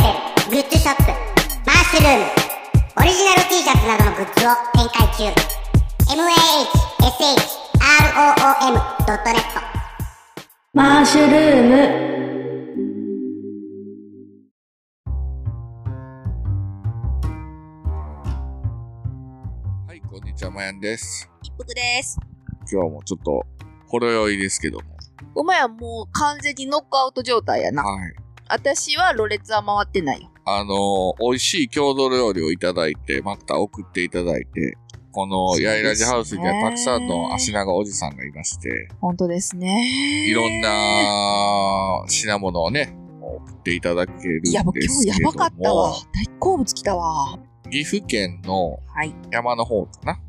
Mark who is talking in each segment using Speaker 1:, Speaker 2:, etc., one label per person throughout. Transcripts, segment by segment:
Speaker 1: ショップマッシュルームオリジナル T シャツなどのグッズを展開中 mahshroom.net
Speaker 2: マッシュルーム
Speaker 3: はい、こんにちは、まやんです。
Speaker 4: 一服です。
Speaker 3: 今日もちょっと、ほろ酔いですけども。
Speaker 4: お前はもう完全にノックアウト状態やな。
Speaker 3: はい。
Speaker 4: 私はろれつは回ってないよ。
Speaker 3: あのー、美味しい郷土料理をいただいて、また送っていただいて、この、
Speaker 4: そうです
Speaker 3: や
Speaker 4: ね
Speaker 3: いらじハウスにはたくさんの足長おじさんがいまして、
Speaker 4: 本当ですね。
Speaker 3: いろん。な品物をね、送っていただけるんです
Speaker 4: い
Speaker 3: け
Speaker 4: や、
Speaker 3: ども
Speaker 4: もう、今日やばかったわ。大好物来たわ。
Speaker 3: 岐阜県の
Speaker 4: はい。
Speaker 3: 山の方かな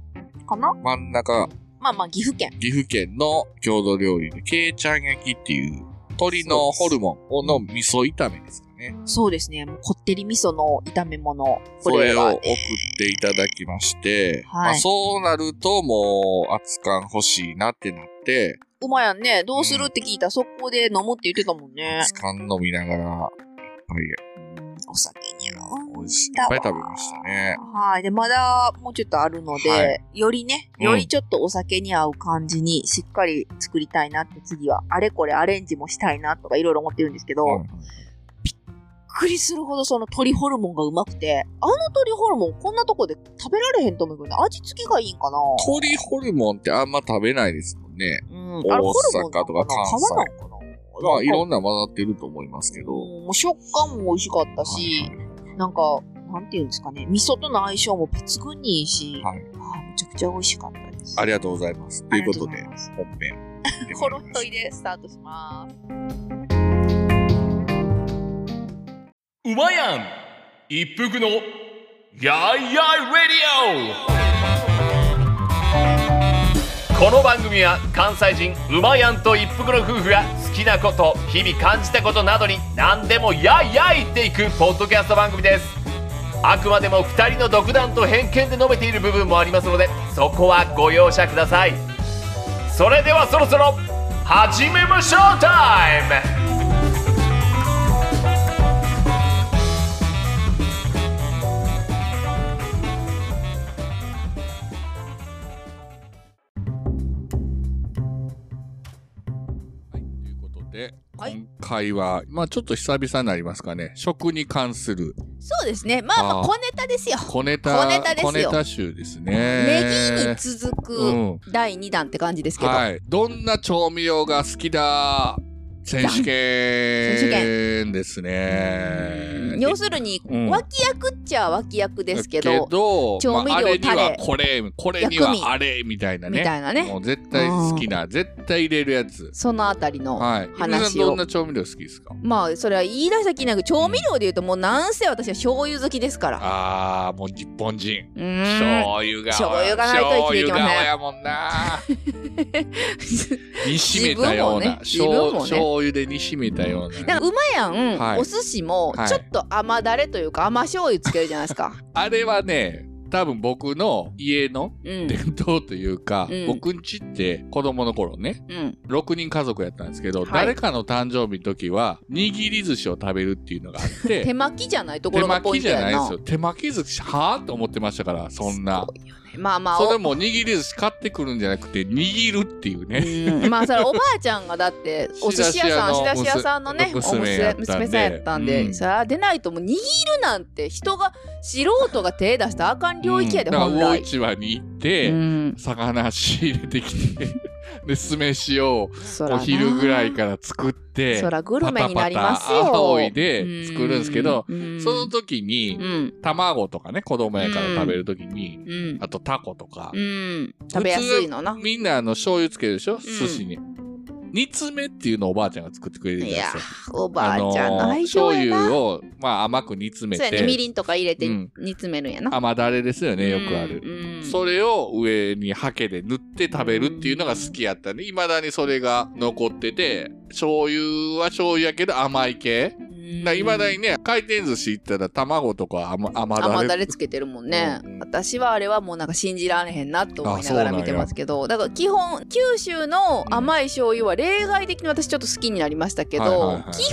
Speaker 4: かな
Speaker 3: 真ん中、
Speaker 4: まあまあ、岐阜県。
Speaker 3: 岐阜県の郷土料理で、けいちゃん焼きっていう、鶏のホルモンをの味噌炒めですかね。
Speaker 4: そうですね。もうこってり味噌の炒め物。
Speaker 3: それを
Speaker 4: は
Speaker 3: 送っていただきまして、
Speaker 4: はい
Speaker 3: まあ、そうなるともう熱燗欲しいなってなって、
Speaker 4: うまやんね。どうするって聞いたら、速攻で飲むって言ってたもんね。
Speaker 3: 熱燗飲みながら、いっぱ
Speaker 4: うんお酒に
Speaker 3: い、美
Speaker 4: 合うん
Speaker 3: 味しい。い
Speaker 4: だ
Speaker 3: っ
Speaker 4: わ
Speaker 3: ぱい食べましたね。
Speaker 4: はい。で、まだもうちょっとあるので、
Speaker 3: は
Speaker 4: よりね、
Speaker 3: うん
Speaker 4: よりちょっとお酒に合う感じにしっかり作りたいなって、次はあれこれアレンジもしたいなとかいろいろ思ってるんですけど、びっくりするほどその鶏ホルモンがうまくて、あの鶏ホルモンこんなとこで食べられへんと思うけど、味付けがいいんかな
Speaker 3: 鳥ホルモンってあんま食べないですもんね。
Speaker 4: うん、
Speaker 3: 大
Speaker 4: あれホルモンな
Speaker 3: 阪と
Speaker 4: のか
Speaker 3: か
Speaker 4: な
Speaker 3: 関西
Speaker 4: 皮なのかな
Speaker 3: まあいろ
Speaker 4: なん
Speaker 3: な混ざってると思いますけど。
Speaker 4: うんもう食感も美味しかったし、なんか、なんていうんですかね、味噌との相性も抜群にいいし、
Speaker 3: はい
Speaker 4: あめちゃくちゃ美味しかったです。
Speaker 3: ありがとうございます。と
Speaker 4: あ
Speaker 3: い
Speaker 4: り
Speaker 3: う
Speaker 4: が
Speaker 3: ことと
Speaker 4: うござ
Speaker 3: で
Speaker 4: い、ます
Speaker 3: 本編。
Speaker 4: ほろ酔いでスタートします。
Speaker 5: 馬やん一服のやいやいレディオこの番組は関西人馬やんと一服の夫婦が好きなこと日々感じたことなどに何でもやいやい言っていくポッドキャスト番組ですあくまでも2人の独断と偏見で述べている部分もありますのでそこはご容赦くださいそれではそろそろ始めましょうタイム
Speaker 3: はい、ということで、
Speaker 4: はい
Speaker 3: 今回は、まあちょっと久々になりますかね、食に関する
Speaker 4: そうですね。まあま
Speaker 3: あ
Speaker 4: あ、
Speaker 3: ー
Speaker 4: 小ネタですよ。
Speaker 3: 小ネタ、
Speaker 4: 小ネタですよ
Speaker 3: 小ネタ集ですね。
Speaker 4: ネギに続く
Speaker 3: うん
Speaker 4: 第2弾って感じですけど。
Speaker 3: はい、どんな調味料が好きだ選手権ですね
Speaker 4: うん。要するに、
Speaker 3: うん
Speaker 4: 脇役っちゃ脇役ですけど、
Speaker 3: 調
Speaker 4: 調
Speaker 3: 味料、まあ、
Speaker 4: 味料
Speaker 3: あれに
Speaker 4: タ
Speaker 3: は
Speaker 4: レ
Speaker 3: これこれには
Speaker 4: 薬味
Speaker 3: あれみたいなね
Speaker 4: みたいな
Speaker 3: も
Speaker 4: ね。
Speaker 3: う絶対好きな絶対入れるやつ
Speaker 4: そのあたりの。
Speaker 3: はい
Speaker 4: 話を
Speaker 3: ゆうさんどんな調味料好きですか
Speaker 4: まあ、それは言い出したきなく、調味料で言うと、もうなんせ私は醤油好きですから。
Speaker 3: あーもう日本人
Speaker 4: うーん。
Speaker 3: 醤油が
Speaker 4: 醤油がないと生きていけません
Speaker 3: 醤油がやもんな煮しめたような、
Speaker 4: 自分も
Speaker 3: 醤
Speaker 4: ね自分もね
Speaker 3: 醤油で煮しめたような
Speaker 4: なんかうまやん、
Speaker 3: はい
Speaker 4: お寿司も
Speaker 3: はい
Speaker 4: ちょっと甘だれというか甘醤油つけるじゃないですか。
Speaker 3: あれはね多分僕の家の
Speaker 4: うん、
Speaker 3: 伝統というか、
Speaker 4: うん
Speaker 3: 僕んちって子供の頃ね
Speaker 4: うん、
Speaker 3: 6人家族やったんですけど、
Speaker 4: はい
Speaker 3: 誰かの誕生日の時は握り寿司を食べるっていうのがあっ
Speaker 4: 手
Speaker 3: て
Speaker 4: 巻きじゃないとこ
Speaker 3: 手
Speaker 4: ろが
Speaker 3: 巻
Speaker 4: ポイ
Speaker 3: き
Speaker 4: ント
Speaker 3: じゃ
Speaker 4: や
Speaker 3: ない
Speaker 4: な。
Speaker 3: ですよ手巻き寿司はぁと思ってましたからそんな
Speaker 4: すごいよねまあまあ
Speaker 3: それ
Speaker 4: お
Speaker 3: も握り寿司買ってくるんじゃなくて握るっていうね、
Speaker 4: うんまあそれおばあちゃんがだってお寿司屋さん仕
Speaker 3: 仕出し屋の
Speaker 4: 出し屋さんのねお
Speaker 3: 娘やっ
Speaker 4: 娘
Speaker 3: たんで
Speaker 4: 娘さんやったんで、
Speaker 3: うん
Speaker 4: さあ出ないともう握るなんて人が素人が手出したらあかん領域やで、
Speaker 3: うんだから
Speaker 4: 本
Speaker 3: 魚
Speaker 4: 来。
Speaker 3: 市場に行っ
Speaker 4: う
Speaker 3: て、
Speaker 4: ん、
Speaker 3: 魚仕入れてきて で酢飯を
Speaker 4: そら
Speaker 3: お
Speaker 4: な
Speaker 3: 昼ぐらいから作って
Speaker 4: そらグルメになりますよ。
Speaker 3: パタパタ仰いで作るんですけど、
Speaker 4: うん
Speaker 3: その時に、
Speaker 4: うん
Speaker 3: 卵とかね、子供やから食べるときに、
Speaker 4: うん
Speaker 3: あとタコとか
Speaker 4: う、ん、食べやすいのな。
Speaker 3: みんなあの醤油つけるでしょ寿司に。煮詰めっていうのをおばあちゃんが作ってくれるじゃ
Speaker 4: い
Speaker 3: ない
Speaker 4: や
Speaker 3: ですか。
Speaker 4: おばあちゃんの
Speaker 3: あの
Speaker 4: 愛
Speaker 3: 醤
Speaker 4: 情やな。
Speaker 3: 油を、まあ甘く煮詰め
Speaker 4: そうやね、み
Speaker 3: て、
Speaker 4: りんとか入れて
Speaker 3: うん
Speaker 4: 煮詰めるんやな。
Speaker 3: 甘だれですよね、よくある。
Speaker 4: うんうん
Speaker 3: それを上にハケで塗って食べるっていうのが好きやったね。未だにそれが残ってて、醤油は醤油やけど甘い系。
Speaker 4: うん
Speaker 3: いまだにね、回転寿司行ったら卵とか甘甘だれ。
Speaker 4: 甘だれつけてるもんね、
Speaker 3: うん
Speaker 4: 私はあれはもうなんか信じられへんなと思いなが
Speaker 3: あそうな
Speaker 4: ら
Speaker 3: んや
Speaker 4: 見てますけどだから基本九州の甘い醤油は例外的に私ちょっと好きになりましたけど、
Speaker 3: はいはいはい
Speaker 4: 基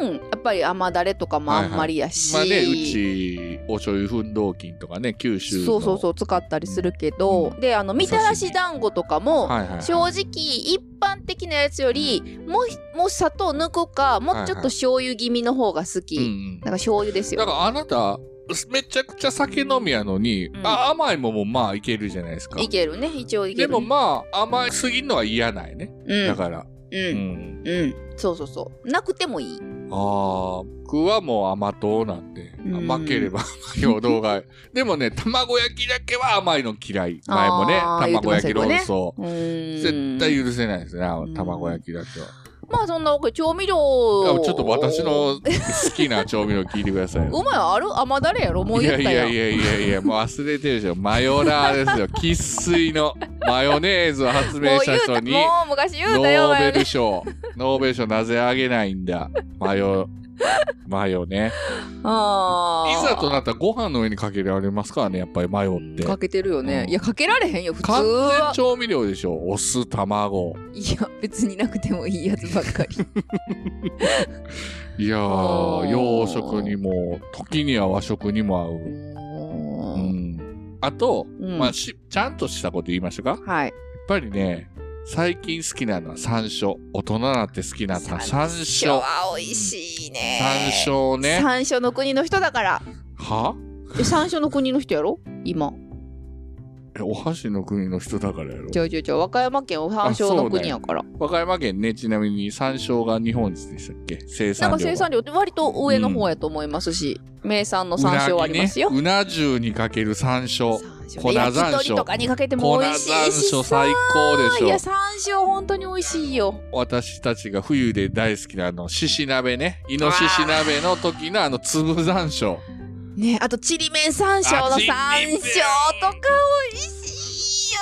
Speaker 6: うん、やっぱり甘だれとかもあんまりやし、
Speaker 3: まあねうちお醤油奮闘金とかね九州の
Speaker 6: そうそうそう使ったりするけど、
Speaker 3: う
Speaker 6: であのみたらし団子とかも、
Speaker 3: はいはいはい
Speaker 6: 正直一般的なやつよりもうひもう砂糖抜くかもうちょっと醤油気味の方が好き、
Speaker 3: うんうん
Speaker 6: なんか醤油です
Speaker 3: だ
Speaker 6: よ
Speaker 3: からあなためちゃくちゃ酒飲みやのに、
Speaker 6: うん
Speaker 3: あ甘いもんもまあいけるじゃないですか
Speaker 6: いけるね一応い
Speaker 3: で
Speaker 6: ける
Speaker 3: もまあ甘すぎるのは嫌ないね、
Speaker 6: うん
Speaker 3: だから、
Speaker 6: う
Speaker 3: うん
Speaker 6: んうんそうそうそうなくてもいい
Speaker 3: ああ僕はもう甘党なんで
Speaker 6: ん
Speaker 3: 甘ければ甘いほど がいでもね卵焼きだけは甘いの嫌い前もね
Speaker 6: あー言って
Speaker 3: 卵
Speaker 6: ま
Speaker 3: 焼
Speaker 6: した
Speaker 3: き
Speaker 6: け
Speaker 3: 論
Speaker 6: どね
Speaker 3: 争、
Speaker 6: 絶
Speaker 3: 絶対許せないですね
Speaker 6: ん
Speaker 3: 卵焼きだけは。
Speaker 6: まあそんなわけで調味料
Speaker 3: いや
Speaker 6: を
Speaker 3: ちょっと私の好きな調味料聞いてくださいよ。
Speaker 6: うまいある甘だれやろもう
Speaker 3: い
Speaker 6: 言
Speaker 3: や
Speaker 6: っ
Speaker 3: い
Speaker 6: たや
Speaker 3: や
Speaker 6: ん
Speaker 3: いやいやいや、もう忘れてるでしょ。マヨラー ですよ。生粋のマヨネーズを発明
Speaker 6: もう
Speaker 3: した
Speaker 6: 言う
Speaker 3: 人
Speaker 6: た
Speaker 3: に、
Speaker 6: もう昔言
Speaker 3: ノ
Speaker 6: うたよお
Speaker 3: ー
Speaker 6: 前
Speaker 3: ベル賞、ノーベル賞なぜあげないんだ。マヨ、マヨね。
Speaker 6: あー
Speaker 3: いざとなったらご飯の上にかけられますからね、やっぱりマヨって。
Speaker 6: かけてるよね、
Speaker 3: うん
Speaker 6: いやかけられへんよ普通
Speaker 3: 完全
Speaker 6: は
Speaker 3: 調味料でしょ。お酢、卵。
Speaker 6: いや別になくてもいいやつばっかり
Speaker 3: いや
Speaker 6: あ
Speaker 3: ー、
Speaker 6: ー
Speaker 3: 洋食にも、時には和食にも合う。う
Speaker 6: うん
Speaker 3: んあと、
Speaker 6: うん
Speaker 3: まあし、ちゃんとしたこと言いましたかやっ
Speaker 6: はい
Speaker 3: ぱりね、最近好きなのは山椒。大人になって好きなのは山椒。
Speaker 6: は美味しいね
Speaker 3: 山椒ね。
Speaker 6: 山椒の国の人だから
Speaker 3: は
Speaker 6: え山椒の国の人やろ今
Speaker 3: えお箸の国の人だからやろ
Speaker 6: ち。ょいちょいちょい和歌山県は山椒の国やから、
Speaker 3: 和歌山県ね、ちなみに山椒が日本一でしたっけ生
Speaker 6: なん
Speaker 3: 産量
Speaker 6: か
Speaker 3: が。
Speaker 6: 生産量って割と上の方やと思いますし、名産の山椒ありますよ、
Speaker 3: うなぎねうな重にかける山椒。
Speaker 6: 山
Speaker 3: 粉山椒
Speaker 6: 椒で焼き鳥とかにかけても
Speaker 3: 粉
Speaker 6: 美
Speaker 3: 山
Speaker 6: 味しいし
Speaker 3: 椒
Speaker 6: さ
Speaker 3: 最高でし
Speaker 6: い
Speaker 3: ょ
Speaker 6: や。山椒本当に美味しいよ
Speaker 3: 私たちが冬で大好きなあの、しし鍋ね。イノシシ鍋の時のあの、粒山椒。
Speaker 6: ねあとちりめん山椒
Speaker 3: あ
Speaker 6: の
Speaker 3: ちりめん
Speaker 6: 山椒とか美味しいよ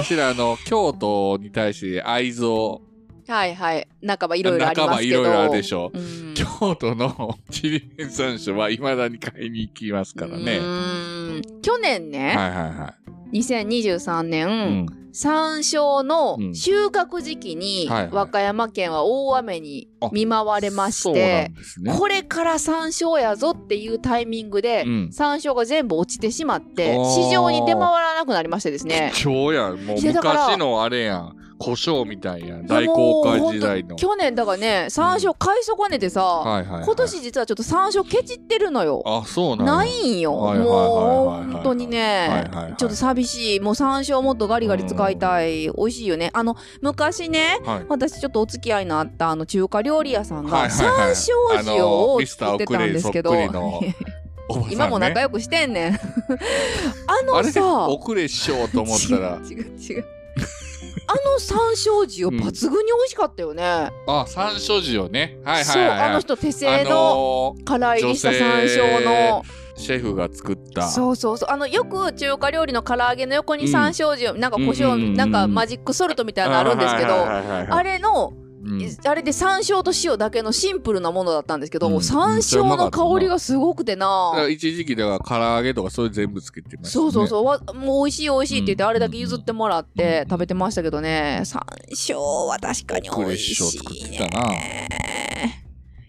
Speaker 6: ね
Speaker 3: 私らあの京都に対して愛憎
Speaker 6: はいはい半ばいろいろあり
Speaker 3: 仲
Speaker 6: ま
Speaker 3: 間
Speaker 6: す
Speaker 3: い
Speaker 6: けど
Speaker 3: ろいろあるでしょう、
Speaker 6: うん
Speaker 3: 京都の ちりめん山椒はいまだに買いに行きますからね、
Speaker 6: う
Speaker 3: は
Speaker 6: ーん去年
Speaker 3: い
Speaker 6: ね、
Speaker 3: はいは
Speaker 6: 2023年、
Speaker 3: い、うん
Speaker 6: 山椒の
Speaker 3: うん
Speaker 6: 収穫時期に
Speaker 3: はいはい
Speaker 6: 和歌山県は大雨に見舞われまし
Speaker 3: そうな
Speaker 6: て
Speaker 3: ん、ですね
Speaker 6: これから山椒やぞっていうタイミングで、
Speaker 3: うん
Speaker 6: 山椒が全部落ちてしまって
Speaker 3: おー
Speaker 6: 市場に出回らなくなりましてですね
Speaker 3: 貴重やんもう
Speaker 6: いやだから
Speaker 3: 昔のあれやん胡椒みたいやん
Speaker 6: いや
Speaker 3: 大航海時代
Speaker 6: も
Speaker 3: の
Speaker 6: うほんと去年だからね山椒買い損ねてさ、
Speaker 3: はいはいはい
Speaker 6: 今年実はちょっと山椒ケチってるのよ。
Speaker 3: あそうなんや
Speaker 6: ないんよ。
Speaker 3: はい
Speaker 6: も
Speaker 3: は
Speaker 6: う
Speaker 3: いはいはいはい
Speaker 6: 本当に
Speaker 3: はい
Speaker 6: ね
Speaker 3: はいはい、
Speaker 6: ちょっと寂しい。もう山椒もっとガリガリ使いたい。美味しいよね。あの昔ね、
Speaker 3: はい
Speaker 6: 私ちょっとお付き合いのあったあの中華料理屋さん
Speaker 3: はい
Speaker 6: が
Speaker 3: はいは
Speaker 6: 山
Speaker 3: い
Speaker 6: 椒塩
Speaker 3: あの
Speaker 6: を
Speaker 3: ミスター
Speaker 6: 作ってたんですけど
Speaker 3: オクレイそっくりの、おばさんね
Speaker 6: 今も仲良くしてん ねん。あ
Speaker 3: あ
Speaker 6: の
Speaker 3: れ
Speaker 6: さ、
Speaker 3: 遅れしようと思ったら
Speaker 6: 違う違う 違う。あの山椒塩抜群に美味しかったよね。
Speaker 3: あ山椒塩ねはい
Speaker 6: そう、
Speaker 3: はいはい、はい、
Speaker 6: あの人手製
Speaker 3: あ
Speaker 6: の
Speaker 3: のー
Speaker 6: 辛入りした山椒の。
Speaker 3: シェフが作った
Speaker 6: そうそうそうあのよく中華料理の唐揚げの横に山椒塩、なんか胡
Speaker 3: う
Speaker 6: 椒、
Speaker 3: んうんうんうん
Speaker 6: なんかマジックソルトみたいなのあるんですけどあ
Speaker 3: あれ、
Speaker 6: れの、
Speaker 3: うん
Speaker 6: あれで山椒と塩だけのシンプルなものだったんですけど、
Speaker 3: うん
Speaker 6: 山椒の香りがすごくて
Speaker 3: だから
Speaker 6: な、
Speaker 3: 一時期だから唐揚げとかそれ全部つけてました、ね、
Speaker 6: そうそうそう、わもう美味しい美味しいって言って
Speaker 3: うん
Speaker 6: あれだけ譲ってもらっ
Speaker 3: うんうんう
Speaker 6: て
Speaker 3: ん
Speaker 6: 食べてましたけどね山椒は確かに
Speaker 3: ク
Speaker 6: 美
Speaker 3: レッ
Speaker 6: 味
Speaker 3: シュを作
Speaker 6: し
Speaker 3: っ
Speaker 6: い
Speaker 3: て
Speaker 6: ね
Speaker 3: たな、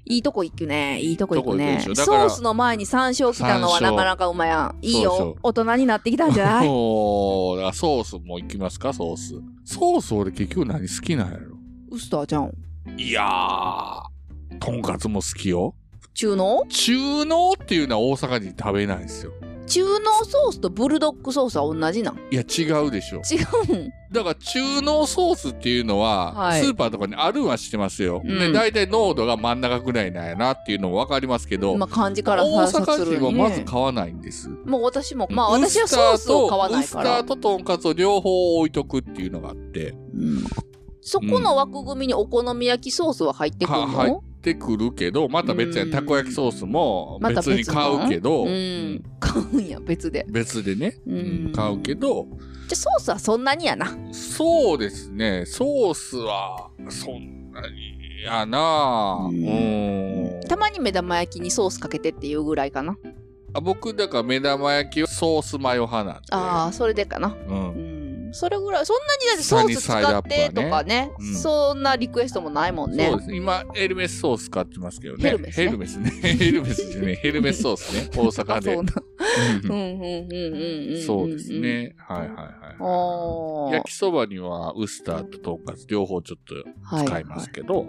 Speaker 6: いいとこ行くねいいとこ行く
Speaker 3: いい
Speaker 6: ね
Speaker 3: とこ行くでしょだか
Speaker 6: ソ
Speaker 3: ら
Speaker 6: ースの前に山椒来たのは
Speaker 3: 山椒
Speaker 6: なかなかうまいやんいいよ
Speaker 3: そうそう
Speaker 6: 大人になってきたんじ ゃない
Speaker 3: そうだからソースもいきますかソースソース俺結局何好きなんやろ
Speaker 6: ウスターじゃん
Speaker 3: いやーとんかつも好きよ
Speaker 6: 中濃
Speaker 3: 中濃っていうのは大阪に食べないんですよ
Speaker 6: 中濃ソースとブルドックソースは同じなん
Speaker 3: い
Speaker 6: 違
Speaker 3: や違うでしょ
Speaker 6: うん
Speaker 3: だから中濃ソースっていうのは、
Speaker 6: はい
Speaker 3: スーパーとかにあるんはしてますよ、
Speaker 6: うん
Speaker 3: で大体濃度が真ん中ぐらいなんやなっていうのも分かりますけど、
Speaker 6: まあ漢字から
Speaker 3: 大
Speaker 6: 観察す
Speaker 3: 阪
Speaker 6: る
Speaker 3: 人は
Speaker 6: に
Speaker 3: まず
Speaker 6: ね
Speaker 3: 買わないんです。
Speaker 6: もう私もまあ私はソースを買わ
Speaker 3: ウ
Speaker 6: ないか
Speaker 3: スターとウス
Speaker 6: ら
Speaker 3: ターととんかつを両方置いとくっていうのがあって、
Speaker 6: うんそこの枠組みにお好み焼きソースは入ってくる
Speaker 3: は入っ
Speaker 6: の
Speaker 3: てくるけど、また別
Speaker 6: う
Speaker 3: に
Speaker 6: ん
Speaker 3: たこ焼きソースも
Speaker 6: また
Speaker 3: 別に
Speaker 6: 別の
Speaker 3: 買うけど、
Speaker 6: うん買うんや別で
Speaker 3: 別でね、
Speaker 6: うん
Speaker 3: うん買うけど、
Speaker 6: じゃあソースはそんなにやな
Speaker 3: そうですね、ソースはそんなにやなぁ。
Speaker 6: うん
Speaker 3: うん
Speaker 6: たまに目玉焼きにソースかけてっていうぐらいかな
Speaker 3: あ僕だから目玉焼きはソースマヨ派なんで。
Speaker 6: ああそれでかな
Speaker 3: う
Speaker 6: うんんそれぐらいそんなにだってソース
Speaker 3: サニーサイド
Speaker 6: 使
Speaker 3: ア
Speaker 6: っ
Speaker 3: ップ
Speaker 6: てと
Speaker 3: は
Speaker 6: かね
Speaker 3: うん
Speaker 6: そんなリクエストもないもんね
Speaker 3: そうですね。今、エルメスソース買ってますけどね。
Speaker 6: ヘルメスね
Speaker 3: スね。ヘルメスじゃね え。ヘルメスソー スね。大阪で。
Speaker 6: そうな
Speaker 3: うん
Speaker 6: うんうんうんうんうんん
Speaker 3: そうですね。はいはいは
Speaker 6: お
Speaker 3: い。
Speaker 6: ー
Speaker 3: 焼きそばにはウスターとトンカツ両方ちょっと
Speaker 6: はい
Speaker 3: 使いますけど。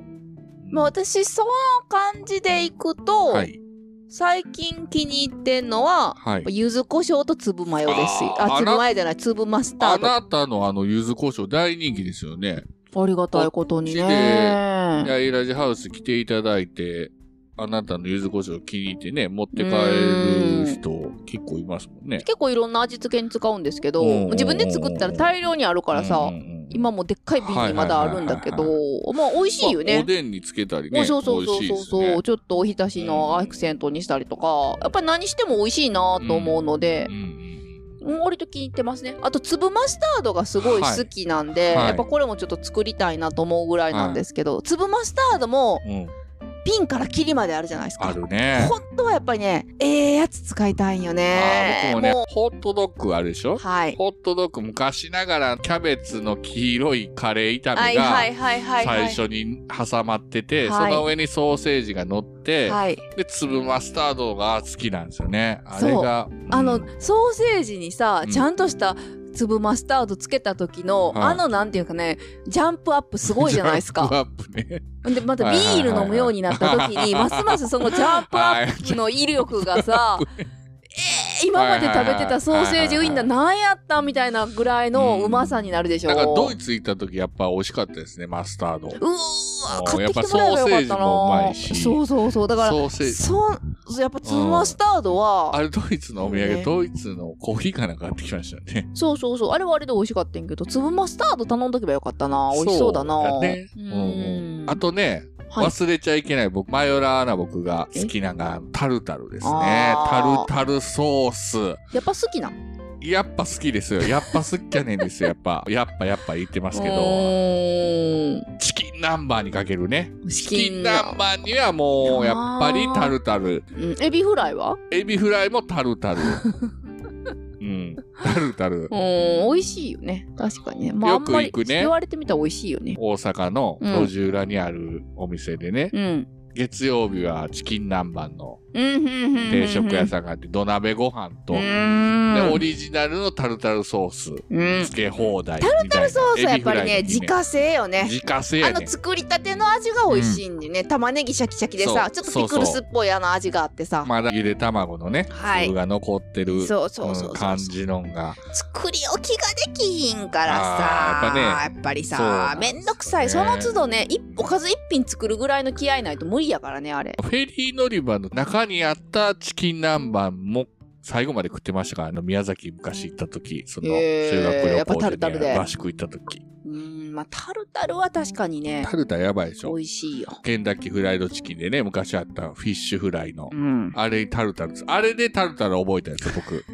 Speaker 6: まあ私その感じでいくと、
Speaker 3: はい。
Speaker 6: 最近気に入ってんのは
Speaker 3: はい。
Speaker 6: 柚子胡椒と粒マヨですよ
Speaker 3: あー
Speaker 6: あ
Speaker 3: あな
Speaker 6: 粒マヨじゃない粒マスタ
Speaker 3: あ
Speaker 6: ードあ
Speaker 3: なたのあの、柚子胡椒大人気ですよね。
Speaker 6: りがたいことに
Speaker 3: こっち
Speaker 6: ね
Speaker 3: いや、イラジハウス来ていただいて、あなたの柚子胡椒気に入ってね、持って帰る人結構いますもんね。
Speaker 6: 結構いろんな味付けに使うんですけど
Speaker 3: うんうんうん
Speaker 6: 自分で作ったら大量にあるからさ、
Speaker 3: うんうんうん
Speaker 6: 今もうでっかい瓶にまだあるんだけど
Speaker 3: はいは
Speaker 6: まあ美味しいよ
Speaker 3: まあ
Speaker 6: ね
Speaker 3: お。でんにつけたり
Speaker 6: も
Speaker 3: ね。
Speaker 6: うそうそうそう
Speaker 3: 美味
Speaker 6: そう
Speaker 3: しい
Speaker 6: そう、
Speaker 3: ですね
Speaker 6: ちょっとおひたしのアクセントにしたりとか、やっぱり何しても美味しいなと思うので
Speaker 3: う、ん
Speaker 6: うん割と気に入ってますね。あと粒マスタードがすごい好きなんで、
Speaker 3: はい
Speaker 6: やっぱこれもちょっと作りたいなと思うぐらいなんですけど、粒マスタードも
Speaker 3: うんうん。
Speaker 6: 瓶から切りまであるじゃないですか。
Speaker 3: あるね。
Speaker 6: 本当はやっぱりね、ええやつ使いたいんよ
Speaker 3: あー
Speaker 6: ね。
Speaker 3: 僕もね、ホットドッグあるでしょ
Speaker 6: はい。
Speaker 3: ホットドッグ昔ながらキャベツの黄色いカレー炒
Speaker 6: は
Speaker 3: め
Speaker 6: いは
Speaker 3: が
Speaker 6: いはいはいは
Speaker 3: 最
Speaker 6: い。
Speaker 3: 初に挟まってて、
Speaker 6: はい
Speaker 3: その上にソーセージが乗って、
Speaker 6: はい。
Speaker 3: で、粒マスタードが好きなんですよね。あ
Speaker 6: そう
Speaker 3: れが。
Speaker 6: あ
Speaker 3: う
Speaker 6: の
Speaker 3: ん
Speaker 6: ソーセージにさ、
Speaker 3: うん
Speaker 6: ちゃんとした粒マスタードつけた時の、
Speaker 3: はい
Speaker 6: あのなんていうかねジャンプアップすごいじゃないです
Speaker 3: ジャ
Speaker 6: か。
Speaker 3: ンプアップね。
Speaker 6: でまた
Speaker 3: はい
Speaker 6: ビ
Speaker 3: はいはい
Speaker 6: ール飲むようになった 時にますますそのジャンプアップの威力がさ。えー今まで食べてたソーセージウインナーなんやったみたいなぐらいのうまさになるでしょ
Speaker 3: だからドイツ行った時やっぱ美味しかったですね、マスタード。
Speaker 6: うーわ買ってきてもらえばよかっ
Speaker 3: やっぱソーセージ
Speaker 6: た
Speaker 3: もうま
Speaker 6: ない
Speaker 3: し
Speaker 6: そうそうそうだから
Speaker 3: ソーセージ。
Speaker 6: そうやっぱ粒マスタードは
Speaker 3: あれドイツのお土
Speaker 6: そう
Speaker 3: 産、
Speaker 6: ね
Speaker 3: ドイツのコーヒーかなんか買ってきましたよね。
Speaker 6: そうそうそう。あれはあれで美味しかったんやけど、粒マスタード頼んどけばよかったな。美味しそうだな。
Speaker 3: そうやね
Speaker 6: う
Speaker 3: うん
Speaker 6: ん
Speaker 3: あとね、
Speaker 6: はい
Speaker 3: 忘れちゃいけない僕、マヨラーな僕が好きなのがタルタルですね。タ
Speaker 6: あー
Speaker 3: ルタルソース。
Speaker 6: やっぱ好きな。
Speaker 3: やっぱ好きですよ。やっぱ好きじゃねえんです よ。やっぱ、やっぱやっぱ言ってますけ
Speaker 6: う
Speaker 3: ど。
Speaker 6: ーん
Speaker 3: チキン南蛮にかけるね。
Speaker 6: チ
Speaker 3: チキン
Speaker 6: キン
Speaker 3: 南
Speaker 6: な。
Speaker 3: 蛮にはもう、やっぱりタルタル。
Speaker 6: うんエビフライは
Speaker 3: エビフライもタル タル。うん。タルタル
Speaker 6: う。ん、美味しいよね。確かにね。まあ、あ
Speaker 3: よ
Speaker 6: ん
Speaker 3: く
Speaker 6: まり
Speaker 3: 行くね
Speaker 6: 言われてみたら美味しいよね。
Speaker 3: 大阪の路地裏にあるお店でね、
Speaker 6: うん。
Speaker 3: 月曜日はチキン南蛮の
Speaker 6: うん、うんうん、うん。
Speaker 3: 定食屋さんがあって、土鍋ご飯と、
Speaker 6: う
Speaker 3: で、
Speaker 6: ん。
Speaker 3: オリジナルのタルタルソース、
Speaker 6: うん。
Speaker 3: つけ放題み
Speaker 6: タ
Speaker 3: たいな。
Speaker 6: ルタルソースはやっぱりね、
Speaker 3: エビフライ
Speaker 6: 自
Speaker 3: に
Speaker 6: 家製よね。
Speaker 3: 自家製
Speaker 6: あ
Speaker 3: やね
Speaker 6: の。作りたての味が美味しいんでね、玉ねぎシャキシャキでさち
Speaker 3: そ
Speaker 6: ょ
Speaker 3: う
Speaker 6: っとピクルスっぽいあの味があってさ、
Speaker 3: まだゆで卵のね、
Speaker 6: はい
Speaker 3: 粒が残ってる。
Speaker 6: そうそうそうそう
Speaker 3: うん感じのんが。
Speaker 6: 作り置きができひんから
Speaker 3: あ
Speaker 6: さ
Speaker 3: ーや
Speaker 6: や
Speaker 3: っぱ
Speaker 6: っ
Speaker 3: ね
Speaker 6: ぱり
Speaker 3: そうな
Speaker 6: さ
Speaker 3: んですよ
Speaker 6: め
Speaker 3: ね
Speaker 6: んどくさいその都度ね一おかず一品作るぐらいの気合いないと無理やからねあれ
Speaker 3: フェリー乗り場の中にあったチキン南蛮も最後まで食ってましたから、あの宮崎昔行った時、その
Speaker 6: へー
Speaker 3: 修学
Speaker 6: や
Speaker 3: 旅
Speaker 6: っぱタル
Speaker 3: 行
Speaker 6: タ
Speaker 3: で
Speaker 6: ル
Speaker 3: ね、
Speaker 6: で
Speaker 3: 合宿行った時。
Speaker 6: うーんまあタルタルは確かにね
Speaker 3: タルタルやばいでし
Speaker 6: 美
Speaker 3: ょ。
Speaker 6: 味しいよ
Speaker 3: ケンタッキーフライドチキンでね、昔あったフィッシュフライの
Speaker 6: う。ん
Speaker 3: あれにタルタルです。あれでタルタル覚えたんですよ、僕。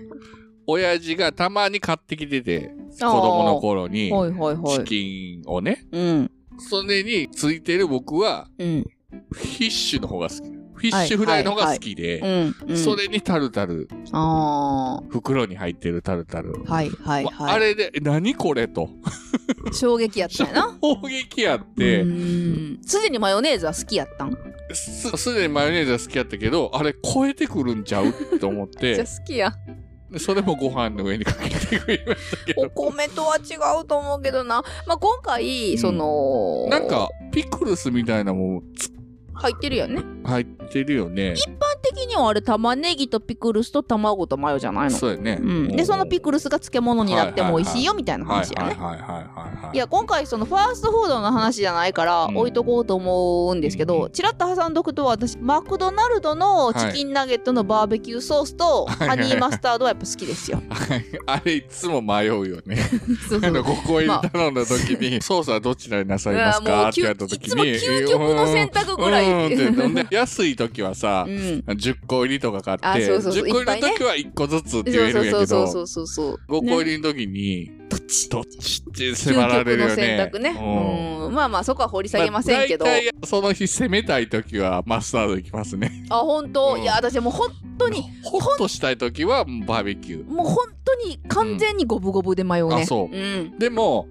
Speaker 3: 親父がたまに買ってきてて、子供の頃に、
Speaker 6: はいはいは
Speaker 3: チ
Speaker 6: い
Speaker 3: キンをね、
Speaker 6: うん
Speaker 3: それについてる僕は、
Speaker 6: うん
Speaker 3: フィッシュの方が好き。フィッシュフライの方が好き
Speaker 6: う
Speaker 3: で、
Speaker 6: ん、うん、
Speaker 3: それにタルタル、
Speaker 6: あ
Speaker 3: 袋に入ってるタルタル。
Speaker 6: あはいはい
Speaker 3: まあ
Speaker 6: はい
Speaker 3: れで、え何これと。
Speaker 6: 衝撃やったんやな
Speaker 3: 衝撃やって
Speaker 6: う、ーんすでにマヨネーズは好きやったん
Speaker 3: すすでにマヨネーズは好きやったけど、あれ超えてくるんちゃうって思っ
Speaker 6: じ
Speaker 3: て、
Speaker 6: ゃ 好きや
Speaker 3: でそれもご飯の上にかけてくれましたけ
Speaker 6: お
Speaker 3: ど。
Speaker 6: 米とは違うと思うけどな、まあ、今回、
Speaker 3: うん
Speaker 6: その
Speaker 3: なんか、ピクルスみたいなもん
Speaker 6: 入ってるやんね
Speaker 3: 入ってるよね。
Speaker 6: 的にはあれ玉ねぎとピクルスと卵とマヨじゃないの、
Speaker 3: そうやね。
Speaker 6: うん、でそのピクルスが漬物になっても美味しいよみたいな
Speaker 3: はい
Speaker 6: 話やね、
Speaker 3: はいはいはいはい。
Speaker 6: いや今回そのファーストフードの話じゃないから
Speaker 3: うん
Speaker 6: 置いとこうと思うんですけ
Speaker 3: うん
Speaker 6: ど、
Speaker 3: うん
Speaker 6: ちらっと挟んどくと私マクドナルドのチキンナゲットのバーベキューソースと
Speaker 3: はい
Speaker 6: ハニーマスタードはやっぱ好きです よ。
Speaker 3: あれいつも迷うよね。
Speaker 6: そうそ
Speaker 3: あ
Speaker 6: う
Speaker 3: の、ここへ頼んだ時 に、ソースはどちらになさいます
Speaker 6: いやも
Speaker 3: か
Speaker 6: う
Speaker 3: って言われた時に。
Speaker 6: いつも究極の選択ぐらい
Speaker 3: うんうんってほん で安い時はさ
Speaker 6: う、ん
Speaker 3: 10個入りとか買
Speaker 6: あ
Speaker 3: って、
Speaker 6: そうそうそう
Speaker 3: 10個入
Speaker 6: い
Speaker 3: り
Speaker 6: っぱ
Speaker 3: の
Speaker 6: いね
Speaker 3: 時は1個ずつって言えるんや
Speaker 6: そう
Speaker 3: け
Speaker 6: そ
Speaker 3: ど、
Speaker 6: うそうそうそうそう。
Speaker 3: 5個入りの時に、
Speaker 6: どっち
Speaker 3: どっちって迫ら
Speaker 6: 究
Speaker 3: れ
Speaker 6: 極
Speaker 3: るよ
Speaker 6: の
Speaker 3: ね。
Speaker 6: 選択ね。
Speaker 3: うん
Speaker 6: うん。まあまあそこは掘り下げませんけど。
Speaker 3: まあ大体その日攻めたい時はマスタードいきますね。
Speaker 6: あ、本当、
Speaker 3: うん
Speaker 6: いや、私もう本当に
Speaker 3: ホッとしたい時はもうバーベキュー
Speaker 6: もう本当に完全に五分五分で迷うね、
Speaker 3: あそう
Speaker 6: うん
Speaker 3: でも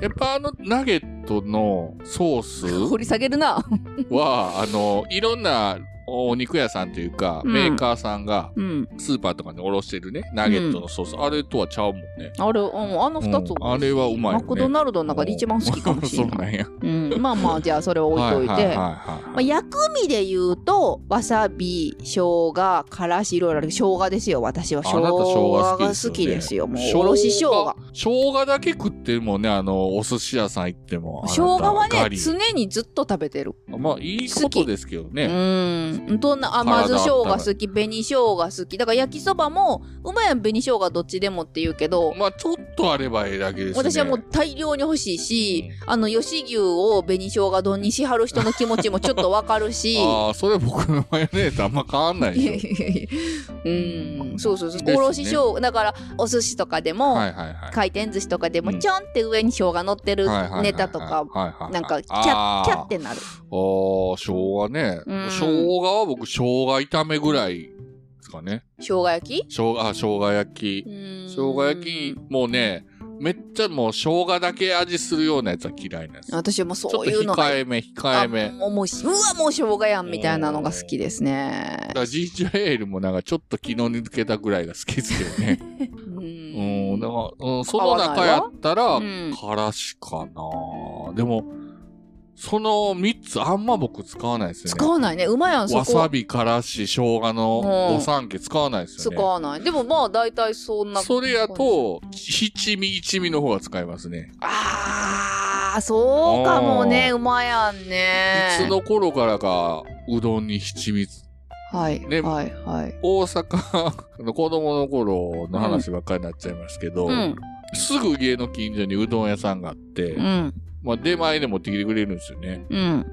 Speaker 3: やっぱあのナゲットのソー
Speaker 6: 掘り下げるな
Speaker 3: スはあのいろんなお肉屋さんというか、
Speaker 6: うん
Speaker 3: メーカーさんが
Speaker 6: うん
Speaker 3: スーパーとかにおろしてるねナゲットのソース、あれとはちゃうもんね
Speaker 6: あれ、うん、あの二つ、
Speaker 3: うんあれはうまいよね
Speaker 6: マクドナルドの中で一番好きかもしれ
Speaker 3: そう
Speaker 6: な
Speaker 3: ないんや
Speaker 6: うん、まあまあじゃあそれを置いといて、
Speaker 3: はいはいはいはい
Speaker 6: まあ、薬味で言うとわさび生姜からしいろいろある生姜ですよ私は生
Speaker 3: あなた生姜
Speaker 6: 姜が
Speaker 3: 好きですよね
Speaker 6: 好きで
Speaker 3: 生
Speaker 6: すよもう
Speaker 3: 姜
Speaker 6: おろし生姜
Speaker 3: 生姜だけ食ってるもんねあのお寿司屋さん行っても
Speaker 6: 生姜は
Speaker 3: あなたガ
Speaker 6: ね
Speaker 3: リ
Speaker 6: 常にずっと食べてる
Speaker 3: まあいいことですけど
Speaker 6: う
Speaker 3: ね
Speaker 6: んどんな甘酢生姜好き紅生姜好きだから焼きそばもうまいやん紅生姜どっちでもって言うけど
Speaker 3: まあちょっとあればええだけですね
Speaker 6: 私はもう大量に欲しいし、あの吉牛を紅生姜丼にしはる人の気持ちもちょっとわかるし
Speaker 3: ああそれ僕のマヨネーズあんま変わんない
Speaker 6: いや
Speaker 3: で
Speaker 6: い
Speaker 3: し
Speaker 6: やいや うんそうそう
Speaker 3: で
Speaker 6: そう、
Speaker 3: すね
Speaker 6: おろし生姜だからお寿司とかで
Speaker 3: ょ
Speaker 6: も、
Speaker 3: はいはいはい
Speaker 6: 回転寿司とかで
Speaker 3: う
Speaker 6: も
Speaker 3: ん
Speaker 6: ちょんって上に生姜乗ってる
Speaker 3: はいはいはい
Speaker 6: ネタとか
Speaker 3: はいはいはい
Speaker 6: なんかキャ
Speaker 3: あ
Speaker 6: ッ
Speaker 3: ー
Speaker 6: キャッてな
Speaker 3: あ
Speaker 6: る
Speaker 3: ー生姜ね
Speaker 6: うん
Speaker 3: 生姜は僕生姜炒めぐらいですかね
Speaker 6: 生姜焼き
Speaker 3: 生姜あ生姜焼き
Speaker 6: 生
Speaker 3: 生姜焼きもうねめっちゃもう生姜だけ味するようなやつは嫌いなんですちょっ
Speaker 6: 私はもう
Speaker 3: と
Speaker 6: そういうのが
Speaker 3: 控えめ控えめ
Speaker 6: あもうもうしうわもう生姜やんみたいなのが好きですね
Speaker 3: だからジンジャーエールもなんかちょっと気の抜けたぐらいが好きですけどね。
Speaker 6: う
Speaker 3: うん、だ
Speaker 6: ん
Speaker 3: から、うん、その中やったら、
Speaker 6: うん
Speaker 3: からしかなでも、その3つあんま僕使わないですよ
Speaker 6: 使
Speaker 3: ね。
Speaker 6: わないねうまいやんそ
Speaker 3: わさ
Speaker 6: こ
Speaker 3: び、からし、生姜の
Speaker 6: うん
Speaker 3: 御三家使わないです
Speaker 6: 使
Speaker 3: よね。
Speaker 6: わないでもまあ大体そんな
Speaker 3: それやと、七味、一味の方が使いますね。
Speaker 6: あーそうかもねうまいやんね
Speaker 3: いつの頃からか、うどんに七味つ、
Speaker 6: はい、
Speaker 3: ね
Speaker 6: はいはい
Speaker 3: 大阪 の子供の頃の話ばっかりになっちゃいますけど、
Speaker 6: うん
Speaker 3: すぐ家の近所にうどん屋さんがあって、
Speaker 6: うん
Speaker 3: まあ出前で持ってきてくれるんですよね。
Speaker 6: うん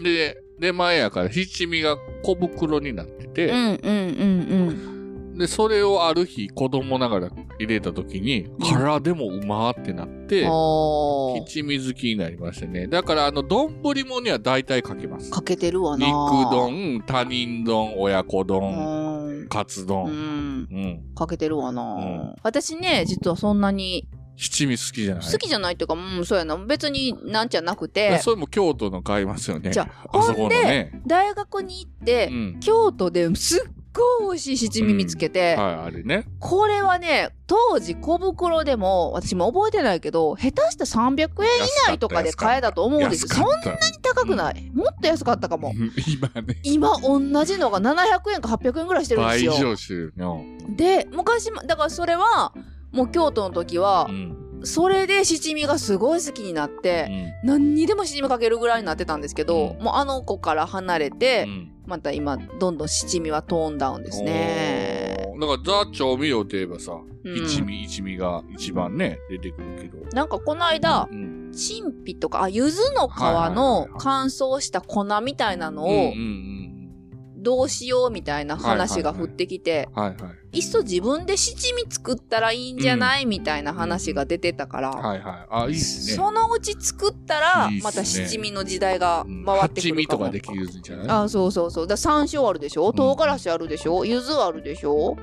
Speaker 3: で、出前やから七味が小袋になって
Speaker 6: うんう
Speaker 3: て、
Speaker 6: んうん
Speaker 3: で、それをある日子供ながら入れた時に、からでもうまーってなっ
Speaker 6: う
Speaker 3: て
Speaker 6: ん、おー
Speaker 3: 七味好きになりましたね。だからあの、丼ものには大体かけます。
Speaker 6: かけてるわな
Speaker 3: 肉丼、他人丼、親子丼、
Speaker 6: う
Speaker 3: カツ
Speaker 6: んう
Speaker 3: 丼。
Speaker 6: ん
Speaker 3: うん。
Speaker 6: かけてるわな、
Speaker 3: ん
Speaker 6: 私ね実はそんなに
Speaker 3: 七味好きじゃない
Speaker 6: 好きじゃないっていうか、うんそうやな別になんじゃなくて
Speaker 3: それも京都の買いますよね。
Speaker 6: じゃ
Speaker 3: あそこの
Speaker 6: ほんで
Speaker 3: ね。
Speaker 6: 大学に行って、
Speaker 3: うん。
Speaker 6: 京都ですっごい美味しい七味見つけて、
Speaker 3: はい、あれね。
Speaker 6: これはね当時小袋でも私も覚えてないけど下手して300円以内とかで買えたと思うんですよ
Speaker 3: 安
Speaker 6: そん
Speaker 3: か
Speaker 6: な
Speaker 3: った
Speaker 6: に高くない、もっと安かったかも
Speaker 3: 今ね。
Speaker 6: 今同じのが700円か800円ぐらいしてるんで
Speaker 3: 倍
Speaker 6: す
Speaker 3: 以
Speaker 6: よ
Speaker 3: 上してるよ。
Speaker 6: で昔もだからそれはもう京都の時は、
Speaker 3: うん。
Speaker 6: それで七味がすごい好きになっ
Speaker 3: う
Speaker 6: て、
Speaker 3: ん
Speaker 6: 何にでも七味かけるぐらいになってたんですけど、
Speaker 3: うん
Speaker 6: もうあの子から離れて、
Speaker 3: うん
Speaker 6: また今どんどん七味はトーンダウンですね。
Speaker 3: おー。なんかザ調味料といえばさ、
Speaker 6: うん
Speaker 3: 一味一味が一番ね、出てくるけど。
Speaker 6: なんかこの間、
Speaker 3: うん。
Speaker 6: 陳皮とか、あ、柚子の皮
Speaker 3: はいはいは
Speaker 6: の
Speaker 3: いはい
Speaker 6: 乾燥した粉みたいなの
Speaker 3: うんうんう
Speaker 6: を
Speaker 3: ん
Speaker 6: どうしようみたいな話が降ってきて、
Speaker 3: うん。はいはい。
Speaker 6: いっそ自分で七味作ったらいいんじゃない、みたいな話が出てたから、
Speaker 3: はいはい。あ、いいっすね。
Speaker 6: そのうち作ったら
Speaker 3: いいっすね
Speaker 6: また七味の時代が
Speaker 3: うん
Speaker 6: 回ってく
Speaker 3: 八
Speaker 6: る
Speaker 3: 味
Speaker 6: か
Speaker 3: と
Speaker 6: も、
Speaker 3: かできるんじゃない
Speaker 6: あそうそうそうだから山椒あるでしょ
Speaker 3: ん
Speaker 6: 唐辛子あるでしょ柚子あるでしょ